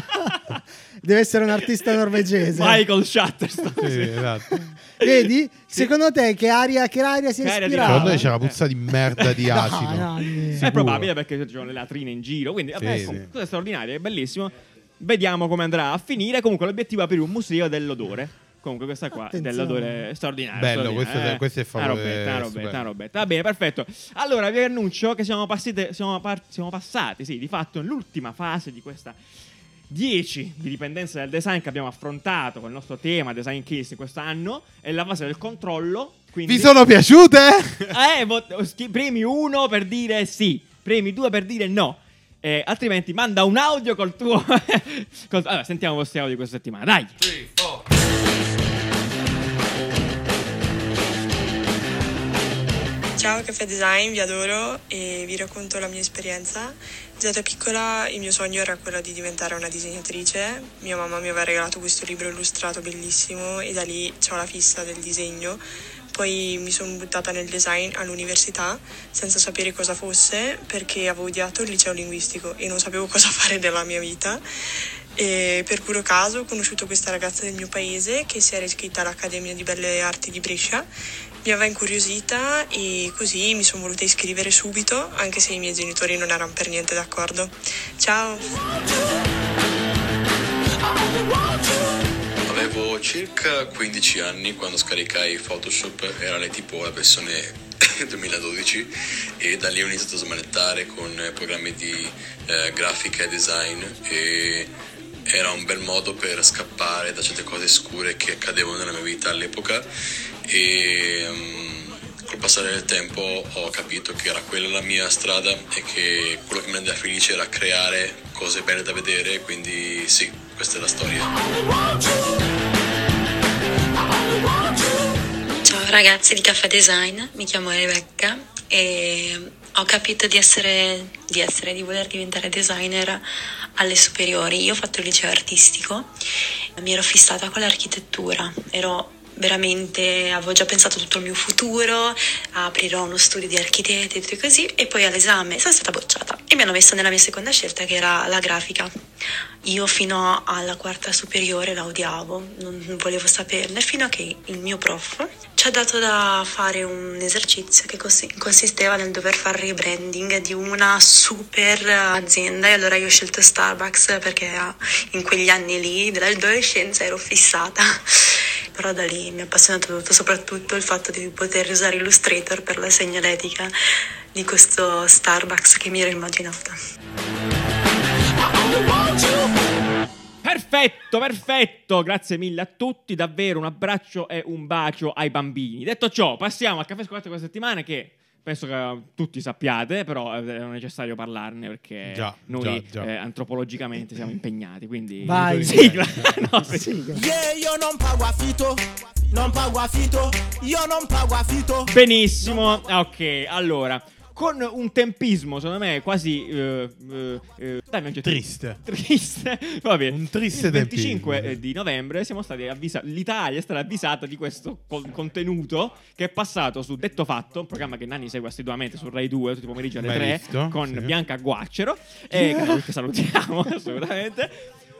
S3: Deve essere un artista norvegese.
S2: Michael Shutterstock.
S1: Sì,
S2: sì.
S1: esatto.
S3: Vedi? Secondo te che aria, che aria si
S2: Che aria di
S3: ispirava?
S1: Secondo
S2: eh.
S1: me c'è la puzza di merda di
S3: Ah, No,
S1: acido.
S3: Nanni.
S1: Sì.
S2: È
S1: Sicuro.
S2: probabile perché ci sono le latrine in giro, quindi vabbè,
S1: Sì,
S2: insomma,
S1: sì.
S2: cosa straordinaria, è bellissimo. Vediamo come andrà a finire. Comunque l'obiettivo è aprire un museo dell'odore. Comunque questa qua è
S3: Attenzione.
S2: dell'odore straordinario.
S1: Bello, questo-
S2: straordinario,
S1: questo è
S2: Una
S1: favore-
S2: robetta, una
S1: stupendo.
S2: robetta, una robetta. Va bene, perfetto. Allora vi annuncio che siamo, passite- siamo par- siamo passati, sì, di fatto nell'ultima fase di questa 10 di dipendenza del design che abbiamo affrontato con il nostro tema design case quest'anno è la fase del controllo. Quindi...
S1: Vi sono piaciute?
S2: Eh, vot- schi- premi uno per dire sì, premi due per dire no. Eh, altrimenti manda un audio col tuo. col- allora, sentiamo i vostri audio questa settimana. Dai,
S11: Ciao Caffè Design, vi adoro e vi racconto la mia esperienza. Già da piccola il mio sogno era quello di diventare una disegnatrice. Mia mamma mi aveva regalato questo libro illustrato bellissimo e da lì ho la fissa del disegno. Poi mi sono buttata nel design all'università senza sapere cosa fosse perché avevo odiato il liceo linguistico e non sapevo cosa fare della mia vita. E per puro caso ho conosciuto questa ragazza del mio paese che si era iscritta all'Accademia di Belle Arti di Brescia. Mi aveva incuriosita e così mi sono voluta iscrivere subito, anche se i miei genitori non erano per niente d'accordo. Ciao!
S12: Avevo circa 15 anni quando scaricai Photoshop, era tipo la versione 2012 e da lì ho iniziato a smanettare con programmi di eh, grafica e design e era un bel modo per scappare da certe cose scure che accadevano nella mia vita all'epoca e mm, col passare del tempo ho capito che era quella la mia strada e che quello che mi rendeva felice era creare Eh, cose belle da vedere, quindi sì, questa è la storia.
S13: Ciao ragazzi di Caffè Design, mi chiamo Rebecca e ho capito di essere, di essere, di voler diventare designer alle superiori. Io ho fatto il liceo artistico, mi ero fissata con l'architettura, ero veramente, avevo già pensato tutto il mio futuro, aprirò uno studio di architetti e tutto così e poi all'esame sono stata bocciata e mi hanno messo nella mia seconda scelta che era la grafica. Io fino alla quarta superiore la odiavo, non non volevo saperne, fino a che il mio prof ci ha dato da fare un esercizio che consi- consisteva nel dover fare il rebranding di una super eh, azienda e allora io ho scelto Starbucks perché eh, in quegli anni lì dell'adolescenza ero fissata. Però da lì mi ha appassionato tutto, soprattutto il fatto di poter usare Illustrator per la segnaletica di questo Starbucks che mi ero immaginata.
S2: Perfetto, perfetto, grazie mille a tutti, davvero un abbraccio e un bacio ai bambini. Detto ciò, passiamo al caffè scoperto questa settimana che penso che eh, tutti sappiate, però eh, era necessario parlarne perché
S1: Già,
S2: noi
S1: già, già.
S2: eh, antropologicamente siamo impegnati, quindi...
S3: Vai.
S2: sigla! No,
S14: Yeah, io non pago affitto, non pago affitto, io non pago affitto.
S2: Benissimo, Ah, ok, allora. Con un tempismo, secondo me, quasi. eh, eh, eh, dammi un gettino.
S1: Triste.
S2: Triste, va bene.
S1: Un triste
S2: Il 25
S1: tempismo.
S2: eh, di novembre siamo stati avvisati. L'Italia è stata avvisata di questo col- contenuto che è passato su Detto Fatto, un programma che Nani segue assiduamente su Rai 2 tutti i pomeriggi alle
S1: Mai
S2: 3
S1: visto,
S2: con
S1: sì.
S2: Bianca Guaccero. E che salutiamo assolutamente.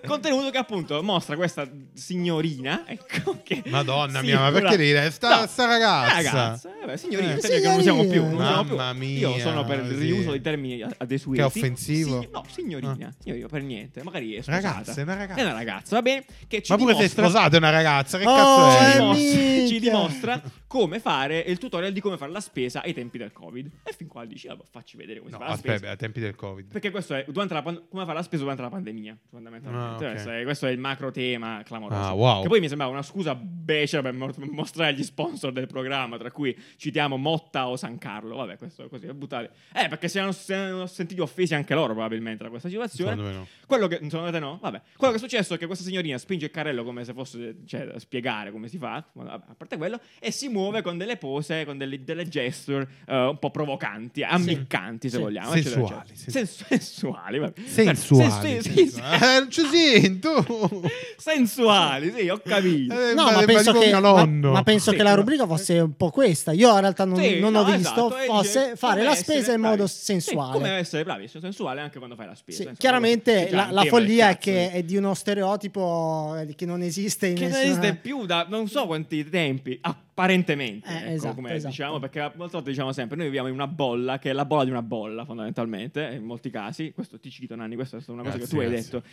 S2: Contenuto che appunto mostra questa signorina. Ecco, che
S1: Madonna
S2: sì,
S1: mia, ma perché
S2: quella-
S1: ridere? Sta,
S2: No,
S1: sta ragazza.
S2: Ragazza, eh beh, signorina,
S1: Eh,
S2: un termine che non usiamo più. non
S1: signorina.
S2: usiamo più.
S1: Mamma
S2: Io
S1: mia,
S2: sono per il
S1: sì.
S2: riuso dei termini a- adesueti.
S1: Che offensivo. Ah.
S2: Sì, no, signorina, signorina, per niente. Magari è sposata.
S1: Ragazza, è una ragazza.
S2: È una ragazza, va bene? Che ci
S1: Ma pure se è
S2: dimostra...
S1: sposata è una ragazza, che
S3: Oh,
S1: cazzo
S2: Ci
S1: è?
S3: eh,
S2: dimostra-
S3: minchia.
S2: ci dimostra come fare il tutorial di come fare la spesa ai tempi del Covid. E fin qua dici, vabbè, facci vedere come
S1: No,
S2: si fa la
S1: aspetta,
S2: spesa.
S1: ai tempi del Covid.
S2: Perché questo è durante la pan- come fare la spesa durante la pandemia, fondamentalmente.
S1: Ah, ok.
S2: Questo, è, questo è il macro tema clamoroso.
S1: Ah, wow.
S2: Che poi mi sembrava una scusa becera per mo- mostrare gli sponsor del programma, tra cui citiamo Motta o San Carlo. Vabbè, questo così, buttate. Eh, perché si erano, si erano sentiti offesi anche loro probabilmente da questa situazione.
S1: Secondo me no.
S2: Quello che, secondo te no? Vabbè. Quello che è successo è che questa signorina spinge il carrello come se fosse, cioè, da spiegare come si fa, ma vabbè, a parte quello, e si muove con delle pose, con delle, delle gesture eh, un po' provocanti, ammiccanti se
S1: Sì.
S2: vogliamo.
S1: Sensuali,
S2: eccetera, eccetera. Sen- sensuali, vabbè.
S1: Sensuali.
S2: Sen- sen- sì,
S1: sensuali. Eh, non ci sento.
S2: sì, sensuali, sì, ho capito.
S1: Eh,
S3: No,
S1: ma-
S3: ma
S1: ma
S3: penso,
S1: dico
S3: che,
S1: mio
S3: ma-
S1: nonno.
S3: ma penso
S2: Sì,
S3: che la
S2: ma-
S3: rubrica fosse un po' questa. Io in realtà non,
S2: Sì,
S3: non
S2: no,
S3: ho
S2: esatto,
S3: visto
S2: e
S3: fosse
S2: dice
S3: fare
S2: come
S3: la
S2: essere
S3: spesa in
S2: bravi.
S3: modo
S2: Sì,
S3: sensuale.
S2: come essere bravi, essere sensuale anche quando fai la spesa.
S3: Sì,
S2: insomma,
S3: chiaramente
S2: questo-
S3: la,
S2: già,
S3: la
S2: il tema
S3: follia
S2: del
S3: è
S2: cazzo,
S3: che
S2: sì.
S3: è di uno stereotipo eh, che non esiste in
S2: Che non
S3: nessuna-
S2: esiste più da non so quanti tempi, apparentemente.
S3: Eh,
S2: ecco,
S3: esatto,
S2: come
S3: esatto.
S2: diciamo, perché molte volte diciamo sempre: noi viviamo in una bolla che è la bolla di una bolla, fondamentalmente, in molti casi. Questo ti cito, Nanni, questa è stata una cosa
S1: Grazie,
S2: che tu
S1: grazie.
S2: hai detto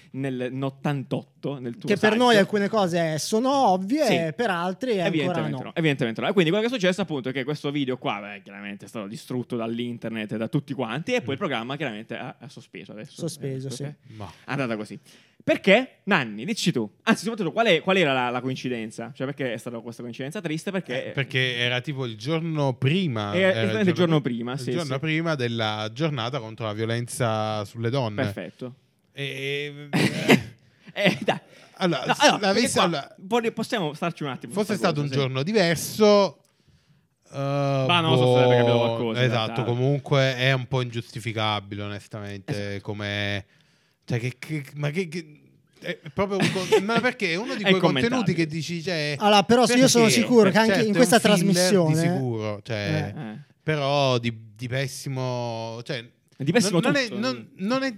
S2: nel 88, nel tuo
S3: Che per
S2: saggio.
S3: noi alcune cose sono ovvie,
S2: esatto. Sì.
S3: e per altri ancora
S2: Evidentemente
S3: no.
S2: no. evidentemente no. E quindi quello che è successo appunto è che questo video qua, beh, chiaramente è stato distrutto dall'internet e da tutti quanti e poi il programma chiaramente ha, ha sospeso adesso.
S3: Mm. Sospeso,
S2: Eh,
S3: sì.
S2: ok?
S1: Ma-
S2: È andata così. Perché? Nanni, dici tu. Anzi, soprattutto, qual, è- qual era la, la coincidenza? Cioè, perché è stata questa coincidenza triste? Perché...
S1: eh, Perché era tipo il giorno prima.
S2: Era esattamente il giorno prima,
S1: Il
S2: sì,
S1: giorno
S2: sì.
S1: prima della giornata contro la violenza sulle donne.
S2: Perfetto.
S1: E-
S2: eh, dai.
S1: Allora,
S2: No,
S1: la
S2: perché
S1: vista-
S2: qua-
S1: allora,
S2: po- possiamo starci un attimo. su
S1: fosse
S2: sta
S1: stato un
S2: cosa, sì.
S1: giorno diverso, Ma
S2: non so se avrebbe capito qualcosa, in
S1: Esatto,
S2: realtà.
S1: comunque è un po' ingiustificabile, onestamente. Come. Cioè, che, che- ma che. che- è proprio un con- ma perché è uno di
S2: È
S1: quei contenuti
S2: incommentabile.
S1: che dici. Cioè,
S3: Allora, però, sì, io sono
S1: perché?
S3: sicuro che anche
S1: Certo,
S3: in
S1: è
S3: questa
S1: un filler
S3: trasmissione-
S1: Di sicuro, cioè,
S3: Eh.
S2: Eh.
S1: però di, di pessimo. Cioè,
S2: Di pessimo
S1: non, non è-
S2: tutto. eh.
S1: non- non è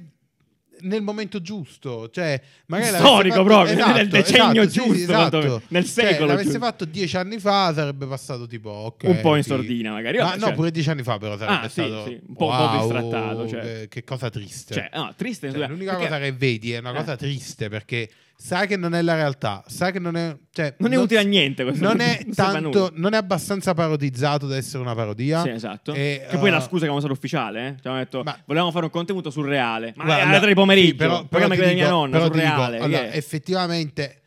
S1: nel momento giusto, cioè, magari l'avesse
S2: Storico
S1: fatto- Esatto,
S2: proprio, nel decennio
S1: sì, sì,
S2: giusto, quantomeno, nel
S1: Cioè,
S2: secolo
S1: l'avesse
S2: giusto.
S1: fatto dieci anni fa sarebbe passato tipo ok,
S2: Un po' in
S1: sì.
S2: sordina, magari.
S1: Ma
S2: Vabbè,
S1: no,
S2: cioè-
S1: pure dieci anni fa però sarebbe
S2: Ah, sì,
S1: stato
S2: sì, un po'- un po'
S1: wow, eh,
S2: bistrattato, cioè.
S1: che, che cosa triste.
S2: Cioè, no, triste,
S1: Cioè,
S2: scusa,
S1: l'unica
S2: perché-
S1: cosa che vedi è una
S2: Eh.
S1: cosa triste perché sai che non è la realtà, sai che non è cioè,
S2: Non è utile a niente questo,
S1: Non è
S2: non serve a nulla.
S1: tanto non è abbastanza parodizzato da essere una parodia.
S2: Sì, esatto.
S1: E,
S2: che poi è la
S1: eh,
S2: scusa che non sarà ufficiale. Eh? Ci hanno detto, volevamo fare un contenuto surreale. Ma
S1: Guarda,
S2: alle tre di pomeriggio.
S1: sì, però, però
S2: programma
S1: ti
S2: che vede mia
S1: dico-
S2: nonna,
S1: però ti dico,
S2: surreale.
S1: allora,
S2: che è?
S1: effettivamente,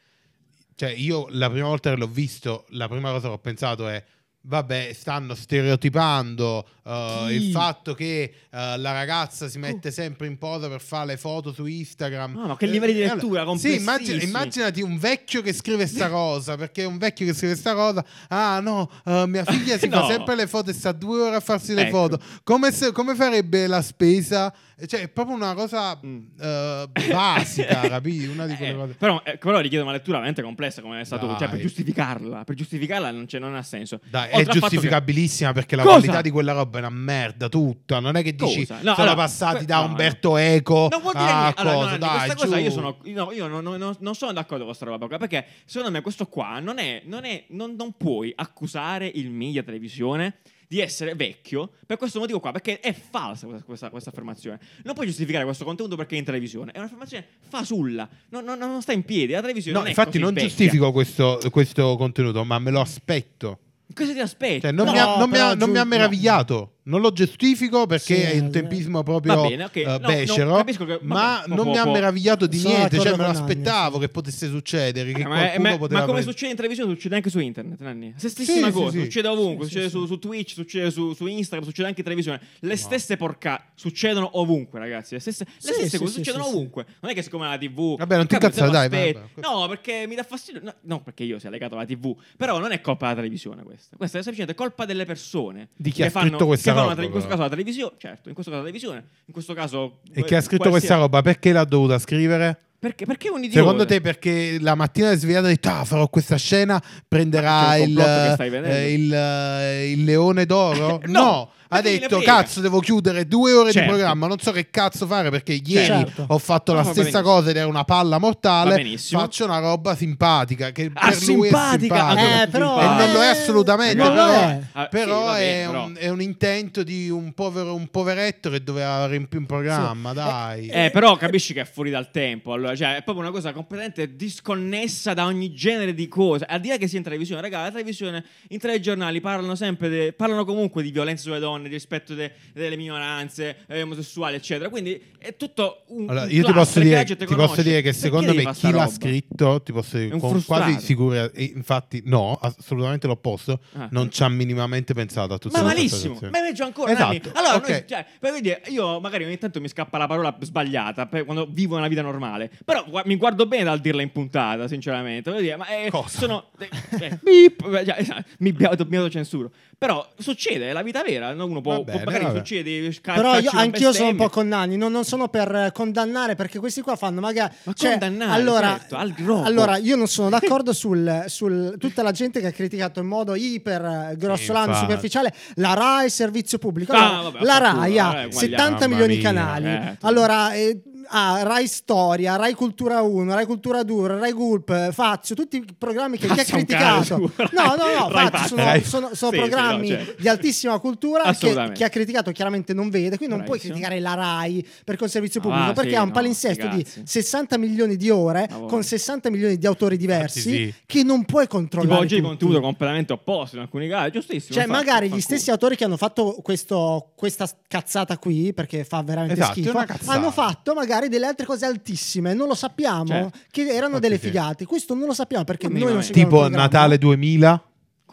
S1: cioè, io la prima volta che l'ho visto, la prima cosa che ho pensato è. Vabbè, stanno stereotipando eh,
S2: Chi?
S1: il fatto che eh, la ragazza si mette sempre in posa per fare le foto su Instagram.
S2: Oh. No, ma che livelli di
S1: Eh,
S2: lettura
S1: Sì, immagina-
S2: complessissimi.
S1: immaginati un vecchio che scrive sta cosa, perché un vecchio che scrive sta cosa, ah no, eh, mia figlia si
S2: No.
S1: fa sempre le foto e sta due ore a farsi le
S2: Ecco.
S1: foto. Come, se- come farebbe la spesa? Cioè, è proprio una cosa eh, basica, capito? Una di quelle
S2: Eh,
S1: cose.
S2: però, eh, però richiede una lettura veramente complessa come è stato
S1: Dai.
S2: cioè, per giustificarla per giustificarla non, c'è- non ha senso
S1: Dai,
S2: Oltre
S1: è
S2: al fatto che-
S1: giustificabilissima perché la
S2: Cosa?
S1: qualità di quella roba è una merda tutta. Non è che dici
S2: Cosa?
S1: sono
S2: No, allora,
S1: passati
S2: que-
S1: da
S2: no,
S1: Umberto Eco
S2: Non vuol dire
S1: a
S2: niente. Allora,
S1: cosa,
S2: no, Nanni,
S1: dai,
S2: questa cosa
S1: giù.
S2: io sono. no, io non, non- non sono d'accordo con questa roba qua, Perché secondo me questo qua non è. Non, è- non- non puoi accusare il media televisione di essere vecchio per questo motivo qua. Perché è falsa questa, questa- questa affermazione. Non puoi giustificare questo contenuto perché è in televisione. È un'affermazione fasulla. Non, non- non sta in piedi. La televisione
S1: No,
S2: non è
S1: infatti
S2: così
S1: non
S2: vecchia.
S1: giustifico questo, questo contenuto, ma me lo aspetto.
S2: Cosa ti aspetti?
S1: Cioè, non, mi, ha, non mi ha- non mi ha meravigliato. Non lo giustifico perché
S2: Sì,
S1: è un
S2: eh,
S1: tempismo proprio
S2: va bene, ok.
S1: eh,
S2: No, no,
S1: becero,
S2: capisco che-
S1: ma
S2: vabbè,
S1: non
S2: può-
S1: mi ha
S2: può-
S1: meravigliato di
S3: Sono
S1: niente. Cioè,
S3: d'accordo
S1: me lo
S3: con Nanni,
S1: aspettavo che potesse succedere, che
S2: Eh, ma,
S1: qualcuno poteva
S2: ma- ma come
S1: prendere-
S2: succede in televisione succede anche su internet Nanni. stessissima
S1: Sì, sì,
S2: cosa
S1: sì.
S2: succede ovunque
S1: Sì, sì,
S2: succede
S1: sì.
S2: Su, su Twitch succede su, su Instagram succede anche in televisione le stesse porca succedono ovunque ragazzi le stesse, le
S1: Sì,
S2: stesse
S1: sì,
S2: cose
S1: sì,
S2: succedono
S1: sì, sì.
S2: ovunque non è che siccome la tv
S1: Vabbè, non ti
S2: Capito, te lo
S1: incazzare, dai,
S2: aspetti. no perché mi dà fastidio no, no, perché io sia legato alla tv però non è colpa della televisione questa questa è semplicemente colpa delle persone
S1: Di chi
S2: che
S1: ha
S2: fanno,
S1: scritto questa
S2: che fanno
S1: roba,
S2: la tele- in questo caso
S1: però.
S2: la televisione certo in questo caso la televisione in questo caso
S1: E chi ha scritto questa
S2: qualsiasi-
S1: roba perché l'ha dovuta scrivere?
S2: perché, perché è un idiota
S1: Secondo te perché la mattina si è svegliata e ha detto ah, farò questa scena, prenderà
S2: Ma c'è un
S1: il,
S2: complotto che stai
S1: eh,
S2: vedendo?
S1: il, eh, il leone d'oro?
S2: No,
S1: ha
S2: perché gliene
S1: detto
S2: frega.
S1: cazzo devo chiudere due ore di
S2: Certo.
S1: programma, non so che cazzo fare perché ieri
S2: Certo.
S1: ho fatto la
S2: No, va
S1: stessa
S2: benissimo.
S1: cosa ed era una palla
S2: Va
S1: mortale,
S2: benissimo.
S1: faccio una roba simpatica che
S2: Ah,
S1: per lui è
S2: simpatica!
S1: simpatica.
S2: Ah, Eh, però-
S1: e non lo è assolutamente,
S2: Non lo
S1: però,
S2: è. Ah, sì,
S1: però
S2: va bene,
S1: è,
S2: però.
S1: Un, è un intento di un, povero, un poveretto che doveva riempire un programma, dai.
S2: Eh, però capisci che è fuori dal tempo. Allora, cioè, è proprio una cosa completamente disconnessa da ogni genere di cosa. Al di là che sia in televisione, raga, la televisione, in telegiornali parlano sempre, de- parlano comunque di violenza sulle donne, di rispetto de- delle minoranze, eh, omosessuali, eccetera. Quindi è tutto un.
S1: Allora,
S2: un
S1: io ti
S2: cluster
S1: posso,
S2: che
S1: dire,
S2: la gente
S1: ti
S2: conosce.
S1: posso dire che
S2: Perché
S1: secondo
S2: devi
S1: me
S2: fare
S1: chi
S2: sta
S1: l'ha
S2: roba?
S1: scritto, ti posso
S2: È un
S1: dire, con
S2: frustrato.
S1: quasi sicura, e infatti no, assolutamente l'opposto,
S2: Ah.
S1: non ci ha minimamente pensato a tutto
S2: Ma malissimo, ma è peggio ancora.
S1: Esatto,
S2: Nanni. Allora,
S1: ok.
S2: noi, cioè, per dire, io magari ogni tanto mi scappa la parola sbagliata per- quando vivo una vita normale, però gua- mi guardo bene dal dirla in puntata, sinceramente. Voglio dire, ma eh, sono. eh, eh, beep, eh, già, esatto, mi, mi auto- mi autocensuro. Però succede, è la vita vera. no? Uno può,
S1: Va bene,
S2: può- magari
S1: vabbè.
S2: succede. eh, sca-
S3: Però
S2: cacci
S3: io,
S2: una
S3: anch'io sono un
S2: bestemmia.
S3: po' con Nanni, non, non sono per eh, condannare perché questi qua fanno magari...
S2: Ma
S3: cioè,
S2: condannare,
S3: allora,
S2: certo, al robo.
S3: allora, io non sono d'accordo sul, sul- tutta la gente che ha criticato in modo iper eh, grossolano,
S1: Infatti.
S3: superficiale, la RAI servizio pubblico.
S2: Ah,
S3: Allora,
S2: vabbè,
S3: la
S2: affattura,
S3: RAI
S2: la RAI
S3: ha
S2: è
S3: 70
S2: uguagliata,
S3: milioni di
S2: mamma mia,
S3: canali.
S2: eh, tu-
S3: allora, eh, ha Rai Storia, Rai Cultura 1, Rai Cultura 2, Rai Gulp, Fazio, tutti i programmi che chi ha
S2: Fazio è un cane,
S3: criticato. No,
S2: scusa,
S3: no, no,
S2: Ah, Rai
S3: Fazio,
S2: Fazio,
S3: sono,
S2: Rai-
S3: sono- sono
S2: Sì, sì, no,
S3: programmi
S2: certo.
S3: di altissima cultura che
S2: Assolutamente.
S3: chi ha criticato chiaramente non vede, quindi non puoi
S2: Bravissimo.
S3: criticare la RAI per quel servizio
S2: Ah,
S3: pubblico
S2: va,
S3: perché
S2: sì,
S3: ha un
S2: no,
S3: palinsesto di
S2: ragazzi.
S3: 60 milioni di ore
S2: Ma
S3: con
S2: voi.
S3: 60 milioni di autori diversi
S2: sì.
S3: che non puoi
S2: Tipo
S3: controllare.
S2: oggi il
S3: tutti.
S2: contenuto completamente opposto in alcuni casi, giustissimo.
S3: Cioè,
S2: infatti,
S3: magari gli
S2: fanculo.
S3: stessi autori che hanno fatto questo- questa cazzata qui, perché fa veramente
S1: Esatto, è
S3: schifo,
S1: una cazzata.
S3: hanno fatto magari delle altre cose altissime, non lo sappiamo,
S1: Certo.
S3: che erano
S1: Infatti
S3: delle
S1: sì.
S3: figate. Questo non lo sappiamo perché
S2: Ma
S3: noi non
S2: minimamente.
S3: seguiamo il
S1: Tipo
S3: programma.
S1: Natale 2000?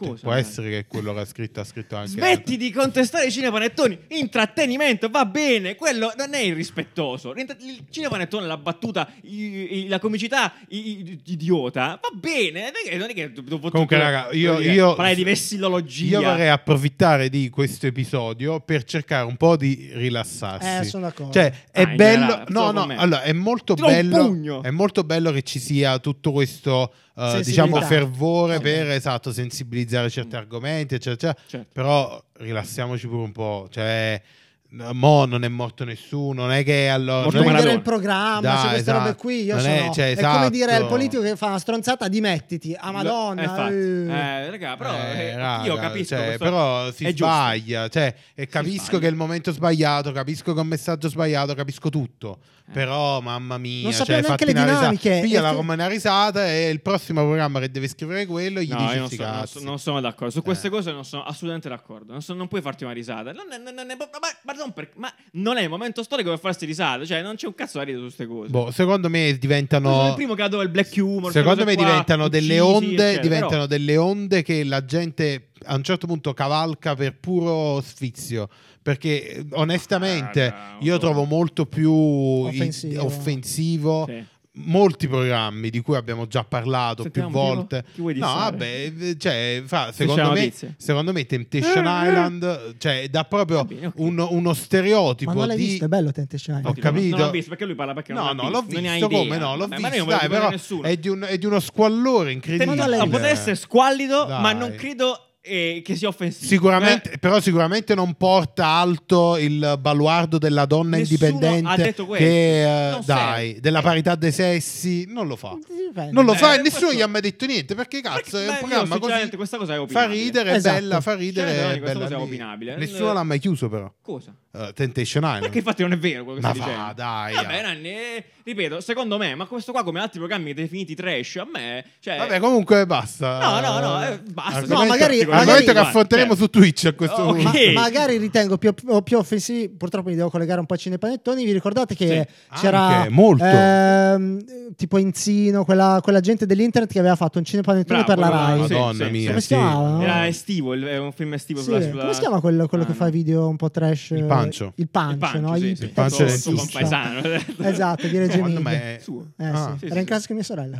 S2: Scusa,
S1: può essere che quello che ha scritto ha scritto anche
S2: Smetti di contestare i cinepanettoni. Intrattenimento, va bene. Quello non è irrispettoso. Rintra- Il cinepanettone, la battuta, i- i- la comicità i- i- idiota, va bene. Non è che, non è che devo
S1: Comunque,
S2: devo-
S1: raga,
S2: devo
S1: io,
S2: dire,
S1: io
S2: parlare di vessilologia.
S1: Io vorrei approfittare di questo episodio per cercare un po' di rilassarsi.
S3: Eh, sono d'accordo.
S1: Cioè, è
S2: Ah, in
S1: bello.
S2: generale,
S1: no,
S2: solo
S1: no,
S2: con me.
S1: allora è molto
S2: Tira un
S1: bello.
S2: pugno.
S1: È molto bello che ci sia tutto questo eh,
S2: Sensibilità.
S1: diciamo fervore
S2: Sì.
S1: per esatto, sensibilizzare certi argomenti, eccetera, eccetera.
S2: Certo.
S1: Però rilassiamoci pure un po'. Cioè, n- mo non è morto nessuno, non è che allora
S2: Morto
S1: non è che-
S3: prendere il programma,
S1: Dai,
S3: su queste robe
S1: esatto.
S3: qui. Io
S1: Non
S3: sono.
S1: è,
S3: È,
S1: cioè,
S3: come dire al
S1: esatto.
S3: politico che fa una stronzata, dimettiti. Ah,
S2: Eh,
S3: Madonna.
S2: infatti.
S3: eh.
S2: Eh, raga, però
S1: Eh,
S2: eh,
S1: raga,
S2: io capisco.
S1: cioè,
S2: questo-
S1: però si
S2: è giusto.
S1: sbaglia. Cioè, e capisco
S2: sbaglia.
S1: che è il momento sbagliato, capisco che è un messaggio sbagliato, capisco tutto.
S2: Eh.
S1: Però, mamma mia,
S3: Non
S1: cioè,
S3: sappiamo neanche
S1: fatti
S3: le
S1: una risata.
S3: dinamiche.
S1: Piglia
S3: E
S1: la
S3: tu-
S1: Roma una risata e il prossimo programma che deve scrivere quello gli
S2: No,
S1: dice
S2: io non
S1: sti
S2: sono, non
S1: cazzi. Eh.
S2: so- non sono d'accordo. Su queste cose non sono assolutamente d'accordo. Non, so- non puoi farti una risata. Non è, non è- non è- ma, ma non per- ma non è il momento storico per farsi risate. Cioè, non c'è un cazzo da ridere su queste cose.
S1: Boh, secondo me
S2: Io sono il
S1: diventano.
S2: primo che adoro il black humor.
S1: Secondo me
S2: queste cose qua,
S1: diventano delle
S2: uccisi,
S1: onde,
S2: eccetera,
S1: diventano
S2: però-
S1: delle onde che la gente a un certo punto cavalca per puro sfizio. Perché eh, onestamente
S2: Ah, no,
S1: io
S2: no.
S1: trovo molto più i-
S3: Offensivo.
S1: offensivo
S2: Sì.
S1: molti programmi di cui abbiamo già parlato
S2: Sentiamo
S1: più
S2: un motivo?
S1: volte.
S2: Chi vuoi
S1: no,
S2: dissare?
S1: vabbè, eh, cioè, fra,
S2: Dice la
S1: secondo, me,
S2: notizia.
S1: secondo me Temptation Island cioè, dà proprio
S2: Eh, bene, ok.
S1: un- uno
S3: Ma
S1: stereotipo
S3: non l'hai
S1: di...
S3: visto? È bello Temptation Island.
S1: Ho capito.
S2: Non l'ho visto perché lui parla perché
S1: No,
S2: non l'ha
S1: no, l'ho
S2: visto. non ne ha
S1: visto
S2: idea.
S1: come no, l'ho
S2: Vabbè,
S1: visto,
S2: Ma noi non
S1: dai,
S2: vogliamo
S1: però
S2: però nessuno.
S1: è di, un- è di uno squallore incredibile.
S3: Ma non l'hai-
S2: poteva essere squallido,
S1: Dai.
S2: ma non credo eh, che sia offensivo. eh.
S1: Sicuramente, però sicuramente non porta alto il baluardo della donna
S2: Nessuno
S1: indipendente
S2: ha detto questo.
S1: che eh,
S2: Non
S1: dai,
S2: serve.
S1: della parità dei sessi, non lo fa.
S3: Dipende.
S1: Non lo fa e
S2: Eh,
S1: nessuno
S2: questo-
S1: gli ha mai detto niente perché cazzo
S2: Perché-
S1: è un
S2: beh, io
S1: programma così
S2: sinceramente questa cosa è
S1: fa
S2: opinabile.
S1: ridere, è
S3: Esatto.
S1: bella, fa ridere,
S2: Cioè,
S1: è
S2: questa
S1: bella
S2: cosa è
S1: lì.
S2: opinabile.
S1: Nessuno
S2: Eh,
S1: l'ha mai chiuso però.
S2: Cosa?
S1: Eh, Temptation Island.
S2: Perché infatti non è vero quello che
S1: Ma
S2: stai
S1: va,
S2: dicendo.
S1: dai,
S2: Vabbè,
S1: ah.
S2: Nanni, eh, ripeto, secondo me, ma questo qua come altri programmi definiti trash, a me, cioè
S1: Vabbè, comunque basta.
S2: No, no, no, eh, basta.
S1: Argomento-
S3: No, magari-
S1: argomento
S3: magari-
S1: che affronteremo
S2: Cioè-
S1: su Twitch a questo
S2: Oh, ok.
S1: punto.
S2: Ehi.
S3: Ma magari ritengo più, più offensivi. Purtroppo mi devo collegare un po' a Cinepanettoni. Vi ricordate che
S1: Sì.
S3: c'era
S1: Anche, molto.
S3: ehm, tipo Inzino, quella, quella gente dell'internet che aveva fatto un Cinepanettone
S2: Bravo,
S3: per la
S2: quello là,
S3: Rai.
S2: sì. Eh,
S1: Madonna mia.
S3: Come si
S1: sì.
S3: chiamava, no?
S1: ah.
S2: era estivo, il- è un film estivo
S3: Sì,
S2: sulla, sulla-
S3: Come si chiama quello, quello
S2: Ah,
S3: che
S2: no.
S3: fa i video un po' trash?
S1: Il Pancio.
S3: Il Pancio,
S2: Il Pancio,
S3: no?
S2: sì,
S3: I-
S2: sì.
S3: eh,
S1: Il Pancio
S3: sì,
S1: è
S3: sì,
S1: il
S3: sì.
S2: compaesano.
S3: Esatto, di Reggio
S1: Secondo
S3: Emilia.
S1: me-
S2: Suo.
S3: Eh,
S1: Ah.
S3: sì.
S2: Sì, sì,
S3: Era in
S2: sì.
S3: classe mia sorella.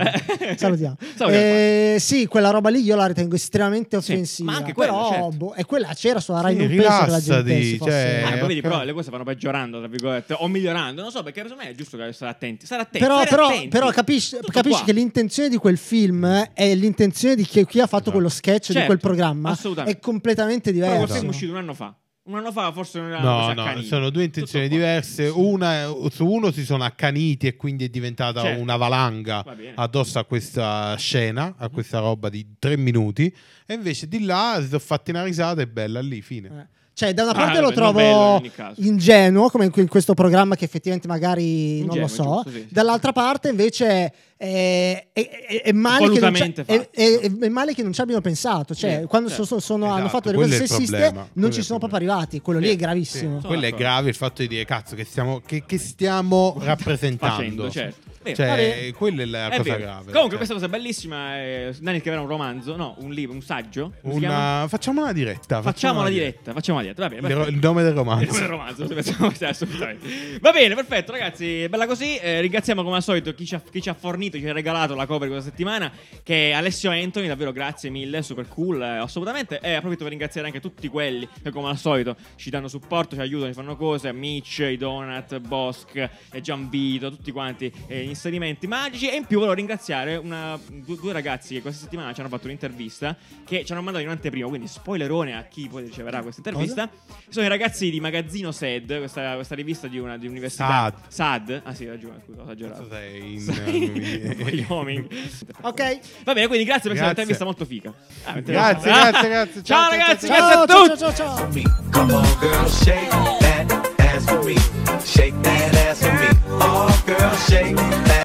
S3: Salutiamo.
S2: Salutiamo.
S3: Eh, sì, quella roba lì io la ritengo estremamente
S2: Sì,
S3: offensiva.
S2: ma anche quella,
S3: però,
S2: certo.
S3: boh, e quella c'era sulla Rai.
S1: Sì,
S3: non penso che la gente
S1: rilassati,
S3: si fosse-
S1: cioè,
S2: Ah, poi vedi,
S1: ok.
S2: però le cose vanno peggiorando, tra virgolette, o migliorando, non so, perché per me è giusto che stare attenti. Stare attenti,
S3: però,
S2: stare
S3: però-
S2: attenti.
S3: però capisci,
S2: Tutto
S3: capisci
S2: qua.
S3: che l'intenzione di quel film è l'intenzione di chi, chi ha fatto quello sketch di
S2: Certo,
S3: quel programma
S2: assolutamente.
S3: è completamente
S2: Però quel
S3: diverso
S2: film è uscito un anno fa. Un anno fa forse non era una
S1: No,
S2: cosa
S1: no,
S2: accanita.
S1: sono due intenzioni
S2: Tutto qua.
S1: diverse. Una, è- su uno si sono accaniti e quindi è diventata
S2: Certo.
S1: una valanga
S2: Va bene.
S1: addosso a questa scena, a questa roba di tre minuti. E invece di là si sono fatti una risata e bella lì, fine.
S3: Eh. cioè da una
S2: Ah,
S3: parte
S2: vabbè,
S3: lo
S2: non bello in
S3: trovo
S2: ogni caso.
S3: ingenuo come in que- in questo programma che effettivamente magari non
S2: Ingenuo,
S3: lo so
S2: giusto, sì, sì.
S3: dall'altra parte invece è, è- è- è male che non c'è-
S2: Volutamente
S3: è,
S2: fatto.
S3: è- è male che non ci abbiano pensato cioè
S2: Sì,
S3: quando
S2: certo.
S3: so- sono- hanno
S1: Esatto,
S3: fatto le
S1: quello
S3: cose
S1: è il
S3: sessiste
S1: problema, quello
S3: non
S1: è
S3: ci
S1: il
S3: sono
S1: problema.
S3: proprio arrivati quello lì
S2: Sì,
S3: è gravissimo
S2: sì.
S1: Quello è
S2: d'accordo.
S1: grave il fatto di dire cazzo che stiamo, che, che stiamo rappresentando.
S2: Facendo, certo. Vero.
S1: Cioè,
S3: Vabbè.
S1: quella è la
S2: È
S1: cosa
S2: vero.
S1: grave.
S2: Comunque,
S1: Cioè,
S2: questa cosa bellissima. È... Nani scriverà un romanzo, no, un libro, un saggio. come si chiama?
S1: una... Facciamo una diretta.
S2: Facciamo la diretta, facciamo la diretta. Va bene,
S1: Il, ro-
S2: perfetto.
S1: il nome del romanzo.
S2: Il nome del romanzo, se pensiamo- sì, assolutamente. Va bene, perfetto, ragazzi. Bella così. Eh, ringraziamo come al solito chi ci, ha, chi ci ha fornito, ci ha regalato la cover questa settimana, che è Alessio Anthony. Davvero grazie mille, super cool, eh, assolutamente. E approfitto per ringraziare anche tutti quelli che, come al solito, ci danno supporto, ci aiutano, ci fanno cose. Mitch, i Donut, Bosk, eh, Gianvito, tutti quanti eh, gli inserimenti magici. E in più volevo ringraziare una- due, due ragazzi che questa settimana ci hanno fatto un'intervista che ci hanno mandato in anteprima. Quindi, spoilerone a chi poi riceverà questa intervista. Sono i ragazzi di Magazzino SED, questa, questa rivista di, una, di università.
S1: SAD.
S2: SAD. Ah sì, ragione, scusa, ho esagerato.
S1: Cazzo sei in- eh,
S2: Wyoming.
S3: ok
S2: Va bene, quindi grazie per questa
S1: Grazie.
S2: intervista molto figa. Ah,
S1: Grazie,
S2: ah.
S1: grazie, grazie. Ciao,
S2: Ciao,
S1: ciao,
S2: ragazzi,
S1: ciao,
S2: grazie a
S3: ciao
S2: tutti.
S3: ciao ciao, ciao.
S4: me. Come on, girl, shake that ass for me. Shake that ass for me. Oh, girl, shake that.